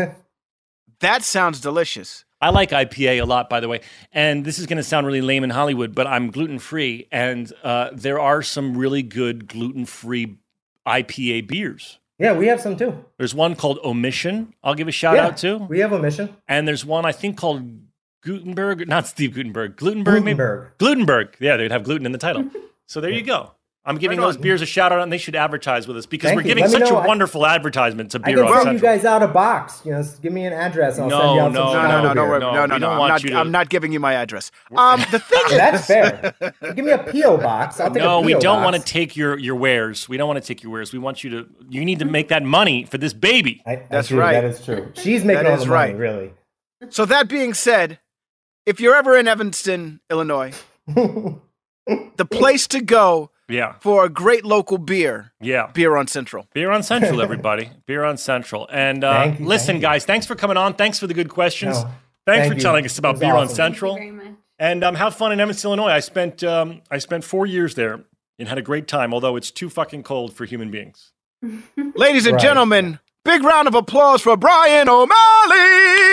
C: That sounds delicious.
B: I like IPA a lot, by the way, and this is going to sound really lame in Hollywood, but I'm gluten free, and uh, there are some really good gluten free IPA beers.
H: Yeah, we have some too.
B: There's one called Omission. I'll give a shout
H: yeah,
B: out to,
H: We have a mission.
B: and there's one I think called Gutenberg, not Steve Gutenberg, Glutenberg, maybe.
H: Gutenberg.
B: Glutenberg. Yeah, they'd have gluten in the title. So there you go. I'm giving
C: Right on.
B: those beers a shout out, and they should advertise with us because
H: Thank
B: we're
H: you.
B: giving
H: Let me
B: such
H: know.
B: a
H: I-
B: wonderful advertisement to
H: I
B: beer
H: can
B: on
H: send
B: Central.
H: you guys out a box. You know, s- give me an address. And I'll
B: No,
H: send you out
B: no,
H: some
C: No, no,
H: style
C: no, no,
H: beer.
C: no, no, no,
B: we
C: no.
B: don't
C: I'm
B: want
C: not,
B: you to-
C: I'm not giving you my address. Um, the thing is,
H: That's fair. Give me a PO box. I'll take a
B: no, we
H: PO
B: don't
H: box.
B: want to take your your wares. We don't want to take your wares. We want you to. You need to
H: Mm-hmm.
B: make that money for this baby.
H: I- I
C: That's
H: do,
C: right.
H: That is true. She's making
C: That
H: all
C: is
H: the money,
C: right.
H: really.
C: So that being said, if you're ever in Evanston, Illinois, the place to go
B: Yeah,
C: for a great local beer,
B: yeah.
C: beer on Central.
B: Beer on Central, everybody. beer on Central. And uh,
H: Thank you,
B: listen,
H: thank you.
B: guys, thanks for coming on. Thanks for the good questions.
H: No,
B: thanks
H: thank
B: for
H: you.
B: telling us
H: It
B: about
H: was
B: beer on
H: awesome.
K: Thank you
B: Central.
K: very much.
B: And um, have fun in Evanston, Illinois. I spent um, I spent four years there and had a great time, although it's too fucking cold for human beings.
C: Ladies and
H: Right.
C: gentlemen, big round of applause for Brian O'Malley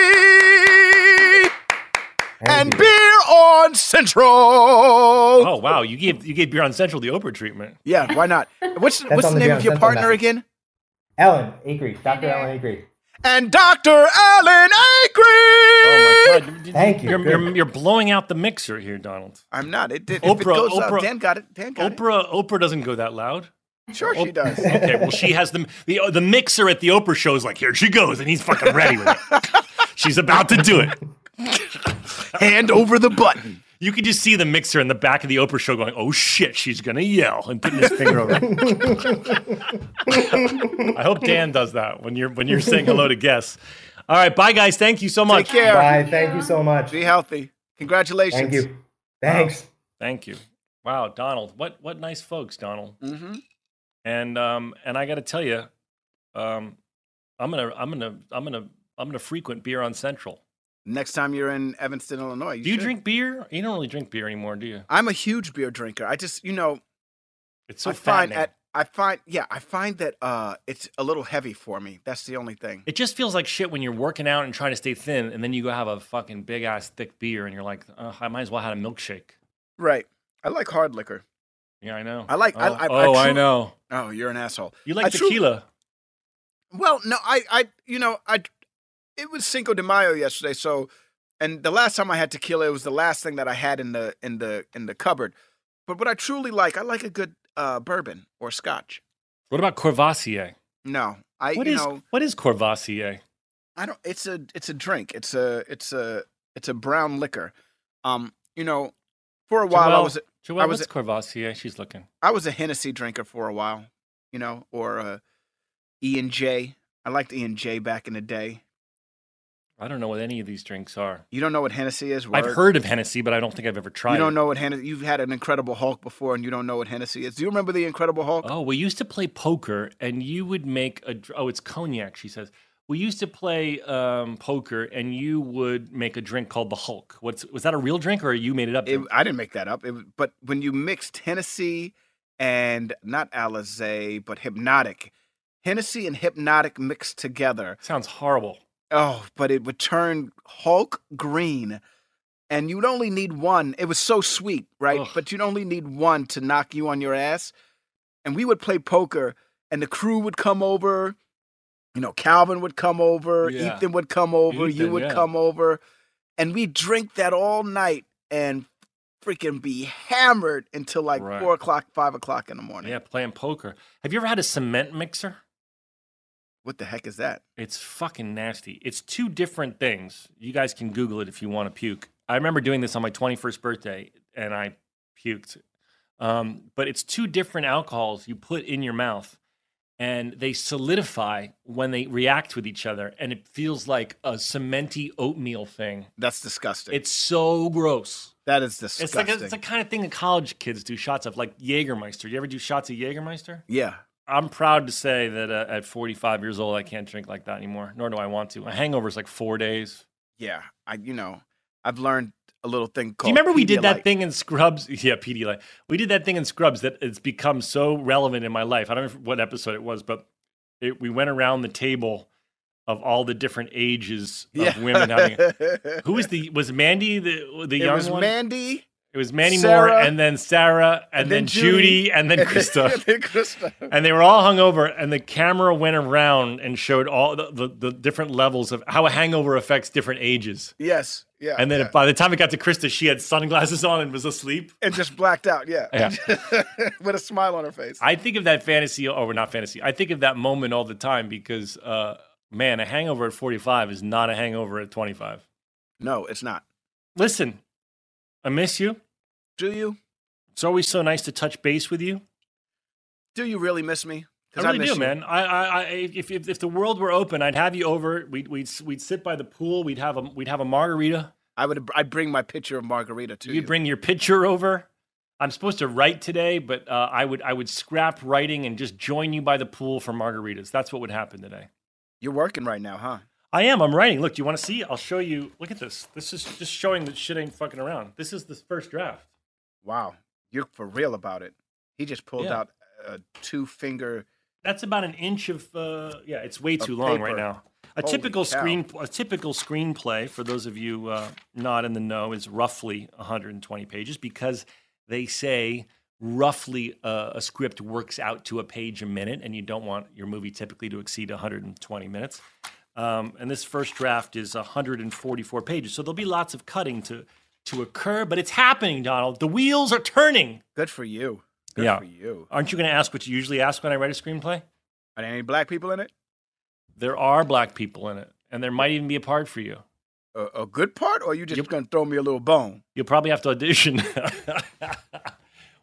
H: Thank
C: and
H: you.
C: beer on Central.
B: Oh wow, you gave you gave beer on Central the Oprah treatment.
C: Yeah, why not? What's
H: That's
C: what's
H: on
C: the
H: the
C: name
H: Beer
C: of
H: on
C: your
H: Central
C: partner
H: message.
C: again?
H: Ellen Acree, Dr. Ellen Acree.
C: And Dr. Alan
B: Oh
C: Acree.
B: my god,
H: Thank you.
B: You're,
H: Good.
B: you're, you're blowing out the mixer here, Donald.
C: I'm not. It did. if it
B: Oprah,
C: goes
B: Oprah.
C: up, Dan got it. Dan got
B: Oprah Oprah doesn't go that loud.
C: it. Sure, she does.
B: Okay, well she has the the the mixer at the Oprah show is like here she goes and he's fucking ready with it. She's about to do it.
C: Hand over the button.
B: You could just see the mixer in the back of the Oprah show going, "Oh shit, she's gonna yell!" and putting his finger over. it. I hope Dan does that when you're when you're saying hello to guests. All right, bye guys. Thank you so much.
C: Take care.
H: Bye. Thank you so much.
C: Be healthy. Congratulations.
H: Thank you. Thanks.
B: Thank you. Wow, Donald, what what nice folks, Donald.
C: hmm
B: And um and I got to tell you, um, I'm gonna I'm gonna I'm gonna I'm gonna frequent beer on Central.
C: Next time you're in Evanston, Illinois, you
B: Do you
C: should.
B: drink beer? You don't really drink beer anymore, do you?
C: I'm a huge beer drinker. I just, you know,
B: It's so
C: I find
B: fattening.
C: at I find yeah, I find that uh it's a little heavy for me. That's the only thing.
B: It just feels like shit when you're working out and trying to stay thin, and then you go have a fucking big ass thick beer, and you're like, "Ugh, I might as well have a milkshake.
C: Right. I like hard liquor.
B: Yeah, I know.
C: I like-
B: Oh,
C: I- I- I
B: oh, I
C: tru-
B: know.
C: Oh, you're an asshole.
B: You
C: I
B: like
C: tru-
B: tequila?
C: Well, no, I I you know, I it was Cinco de Mayo yesterday, so and the last time I had tequila, it was the last thing that I had in the in the in the cupboard. But what I truly like, I like a good uh bourbon or scotch.
B: What about Courvoisier?
C: No. I
B: What
C: you
B: is
C: know
B: what is Courvoisier?
C: I don't. It's a it's a drink. It's a it's a it's a brown liquor. Um, you know, for a while I
B: Joelle-
C: was a,
B: Joelle,
C: I was-
B: what's Courvoisier? She's looking.
C: I was a Hennessy drinker for a while. You know, or a E and J. I liked E and J back in the day.
B: I don't know what any of these drinks are.
C: You don't know what Hennessy is.
B: I've
C: Word.
B: heard of Hennessy, but I don't think I've ever tried.
C: You
B: it.
C: don't know what Hennessy. You've had an Incredible Hulk before, and you don't know what Hennessy is. Do you remember the Incredible Hulk?
B: Oh, we used to play poker, and you would make a. dr- Oh, it's cognac. She says we used to play um, poker, and you would make a drink called the Hulk. What's was that a real drink, or you made it up?
C: It,
B: drink?
C: I didn't make that up. It, was- but when you mixed Hennessy and not Alizé, but Hypnotic, Hennessy and Hypnotic mixed together.
B: Sounds horrible.
C: Oh, but it would turn Hulk green and you'd only need one. It was so sweet, right?
A: Ugh.
C: But you'd only need one to knock you on your ass. And we would play poker, and the crew would come over. You know, Calvin would come over,
A: Yeah.
C: Ethan would come over, you
A: Ethan,
C: would
A: yeah.
C: come over, and we'd drink that all night and freaking be hammered until like
A: Right.
C: four o'clock, five o'clock in the morning.
B: Yeah, playing poker. Have you ever had a cement mixer?
C: What the heck is that?
B: It's fucking nasty. It's two different things. You guys can Google it if you want to puke. I remember doing this on my 21st birthday and I puked. Um, but it's two different alcohols you put in your mouth and they solidify when they react with each other. And it feels like a cementy oatmeal thing.
C: That's disgusting.
B: It's so gross.
C: that is disgusting.
B: It's like, a, it's the kind of thing that college kids do shots of, like Jägermeister. You ever do shots of Jägermeister?
C: yeah.
B: I'm proud to say that uh, at 45 years old, I can't drink like that anymore, nor do I want to. A hangover is like four days.
C: yeah, I you know, I've learned a little thing
B: do
C: called.
B: you remember we did
C: Pedialyte.
B: that thing in Scrubs? Yeah, Pedialyte. We did that thing in Scrubs that it's become so relevant in my life. I don't know what episode it was, but it, we went around the table of all the different ages of women having. Who was the was Mandy the the
C: It
B: young
C: was
B: one?
C: Mandy
B: it was Mandy Moore,
C: Sarah,
B: and then Sarah, and,
C: and
B: then,
C: then
B: Judy,
C: Judy,
B: and then Krista.
C: and then Krista.
B: and they were all hungover and the camera went around and showed all the, the, the different levels of how a hangover affects different ages
C: Yes. Yeah.
B: and then
C: yeah.
B: by the time it got to krista she had sunglasses on and was asleep
C: and just blacked out. Yeah.
B: Yeah.
C: With a smile on her face.
B: i think of that fantasy or not fantasy i think of that moment all the time because uh, man a hangover at 45 is not a hangover at 25
C: no, it's not.
B: listen i miss you
C: Do you?
B: it's always so nice to touch base with you
C: Do you really miss me?
B: I
C: 'Cause
B: really
C: miss
B: do,
C: you.
B: man. I, I, I if, if if the world were open, I'd have you over. We'd we'd s- we'd sit by the pool. We'd have a we'd have a margarita.
C: I would. I bring my picture of Margarita to
B: you
C: you.
B: could bring your picture over. I'm supposed to write today, but uh, I would I would scrap writing and just join you by the pool for margaritas. That's what would happen today.
C: You're working right now, huh?
B: I am. I'm writing. Look, do you want to see? I'll show you. Look at this. This is just showing that shit ain't fucking around. This is the first draft.
C: Wow. You're for real about it. He just pulled
B: Yeah.
C: out a two finger.
B: That's about an inch of. Uh, yeah, it's way too
C: Of
B: long right
C: paper.
B: now. A
C: Holy
B: typical
C: cow.
B: screen, a typical screenplay for those of you uh, not in the know is roughly 120 pages because they say roughly uh, a script works out to a page a minute, and you don't want your movie typically to exceed 120 minutes. Um, and this first draft is 144 pages, so there'll be lots of cutting to to occur. But it's happening, Donald. The wheels are turning.
C: Good for you. Good
B: Yeah.
C: for you.
B: Aren't you going to ask what you usually ask when I write a screenplay?
C: Are there any black people in it?
B: there are black people in it, and there might even be a part for you.
C: A, a good part, or you just gonna throw me a little bone?
B: You'll probably have to audition.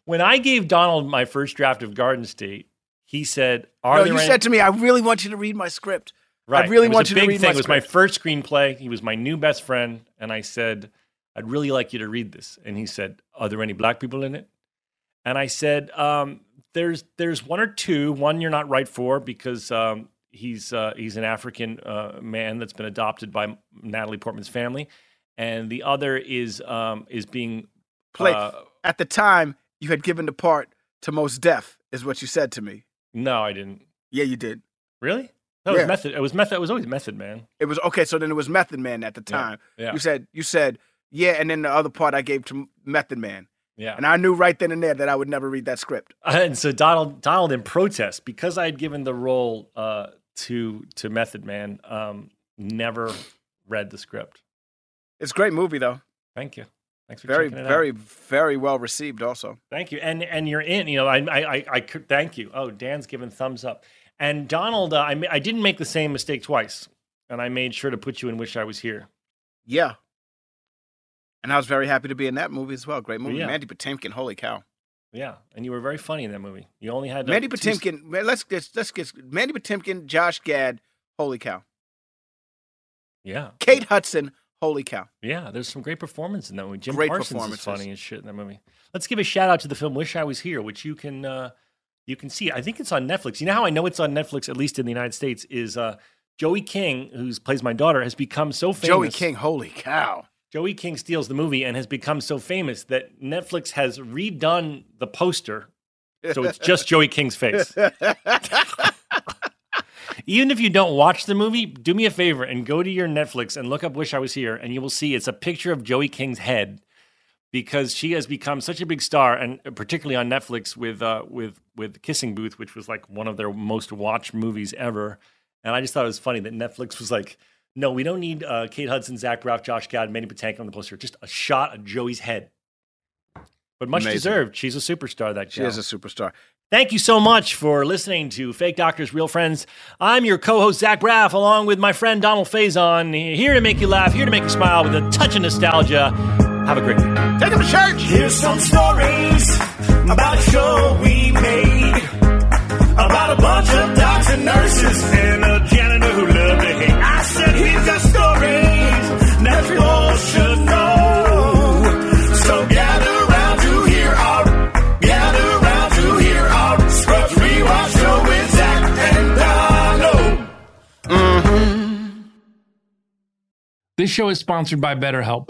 B: when I gave Donald my first draft of Garden State, he said, "Are
C: no,
B: there
C: you
B: any-"
C: said to me, I really want you to read my script.
B: right.
C: I really
B: it was
C: want
B: a
C: you to
B: big
C: read
B: thing.
C: my
B: it was my
C: script.
B: first screenplay. He was my new best friend, and I said, "I'd really like you to read this." And he said, "Are there any black people in it?" And I said, um, "There's there's one or two. One you're not right for because um, he's uh, he's an African uh, man that's been adopted by Natalie Portman's family, and the other is um, is being
C: Play-
B: uh,
C: At the time, you had given the part to most deaf, is what you said to me.
B: no, I didn't
C: Yeah, you did.
B: really. No, it
C: Yeah.
B: was method. It was method. It was always method, man.
C: It was okay. So then it was Method Man at the
B: Yeah,
C: time.
B: yeah.
C: You said you said yeah, and then the other part I gave to Method Man,
B: Yeah.
C: and I knew right then and there that I would never read that script.
B: and so Donald Donald in protest because I had given the role uh, to to Method Man um, never read the script.
C: It's a great movie though.
B: Thank you. Thanks for
C: Very,
B: checking it
C: very,
B: out.
C: very well received. Also,
B: Thank you. And and you're in. You know, I I I, I could, thank you. Oh, Dan's giving thumbs up. And Donald, uh, I ma- I didn't make the same mistake twice, and I made sure to put you in "Wish I Was Here."
C: yeah. And I was very happy to be in that movie as well. Great movie,
B: Oh, Yeah.
C: Mandy Patinkin. Holy cow,
B: Yeah, and you were very funny in that movie. You only had uh,
C: Mandy
B: two s-
C: Patinkin. man, let's get let's get Mandy Patinkin, Josh Gad. Holy cow,
B: Yeah,
C: Kate Hudson. Holy cow.
B: Yeah, there's some great performance in that movie. Jim
C: Great
B: Parsons is
C: performances.
B: funny as shit in that movie. Let's give a shout out to the film "Wish I Was Here," which you can uh, you can see. I think it's on Netflix. You know how I know it's on Netflix, at least in the United States, is uh, Joey King, who plays my daughter, has become so famous.
C: Joey King. Holy cow.
B: Joey King steals the movie and has become so famous that Netflix has redone the poster, so it's just Joey King's face. Even if you don't watch the movie, do me a favor and go to your Netflix and look up Wish I Was Here, and you will see it's a picture of Joey King's head because she has become such a big star, and particularly on Netflix with uh, with with Kissing Booth, which was like one of their most watched movies ever. And I just thought it was funny that Netflix was like, "No, we don't need uh, Kate Hudson, Zach Braff, Josh Gad, Manny Patinkin on the poster. Just a shot of Joey's head." But much
C: Amazing.
B: deserved. She's a superstar. That
C: She
B: gal.
C: is a superstar.
B: Thank you so much for listening to Fake Doctors, Real Friends. I'm your co host, Zach Braff, along with my friend Donald Faison, here to make you laugh, here to make you smile with a touch of nostalgia. Have a great week.
E: Take him to church.
D: Here's some stories about a show we made. About a bunch of docs and nurses and a janitor who loved to hate. I said, here's got stories that you all should know. So gather round to hear our, gather round to hear our Scrubs Rewatch show with Zach and Donald.
L: This show is sponsored by BetterHelp.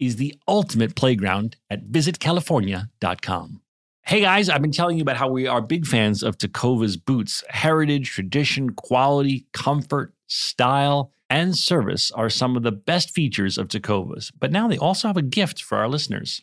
A: is the ultimate playground at visitcalifornia.com. Hey guys, I've been telling you about how we are big fans of Takova's boots. Heritage, tradition, quality, comfort, style, and service are some of the best features of Takova's. But now they also have a gift for our listeners.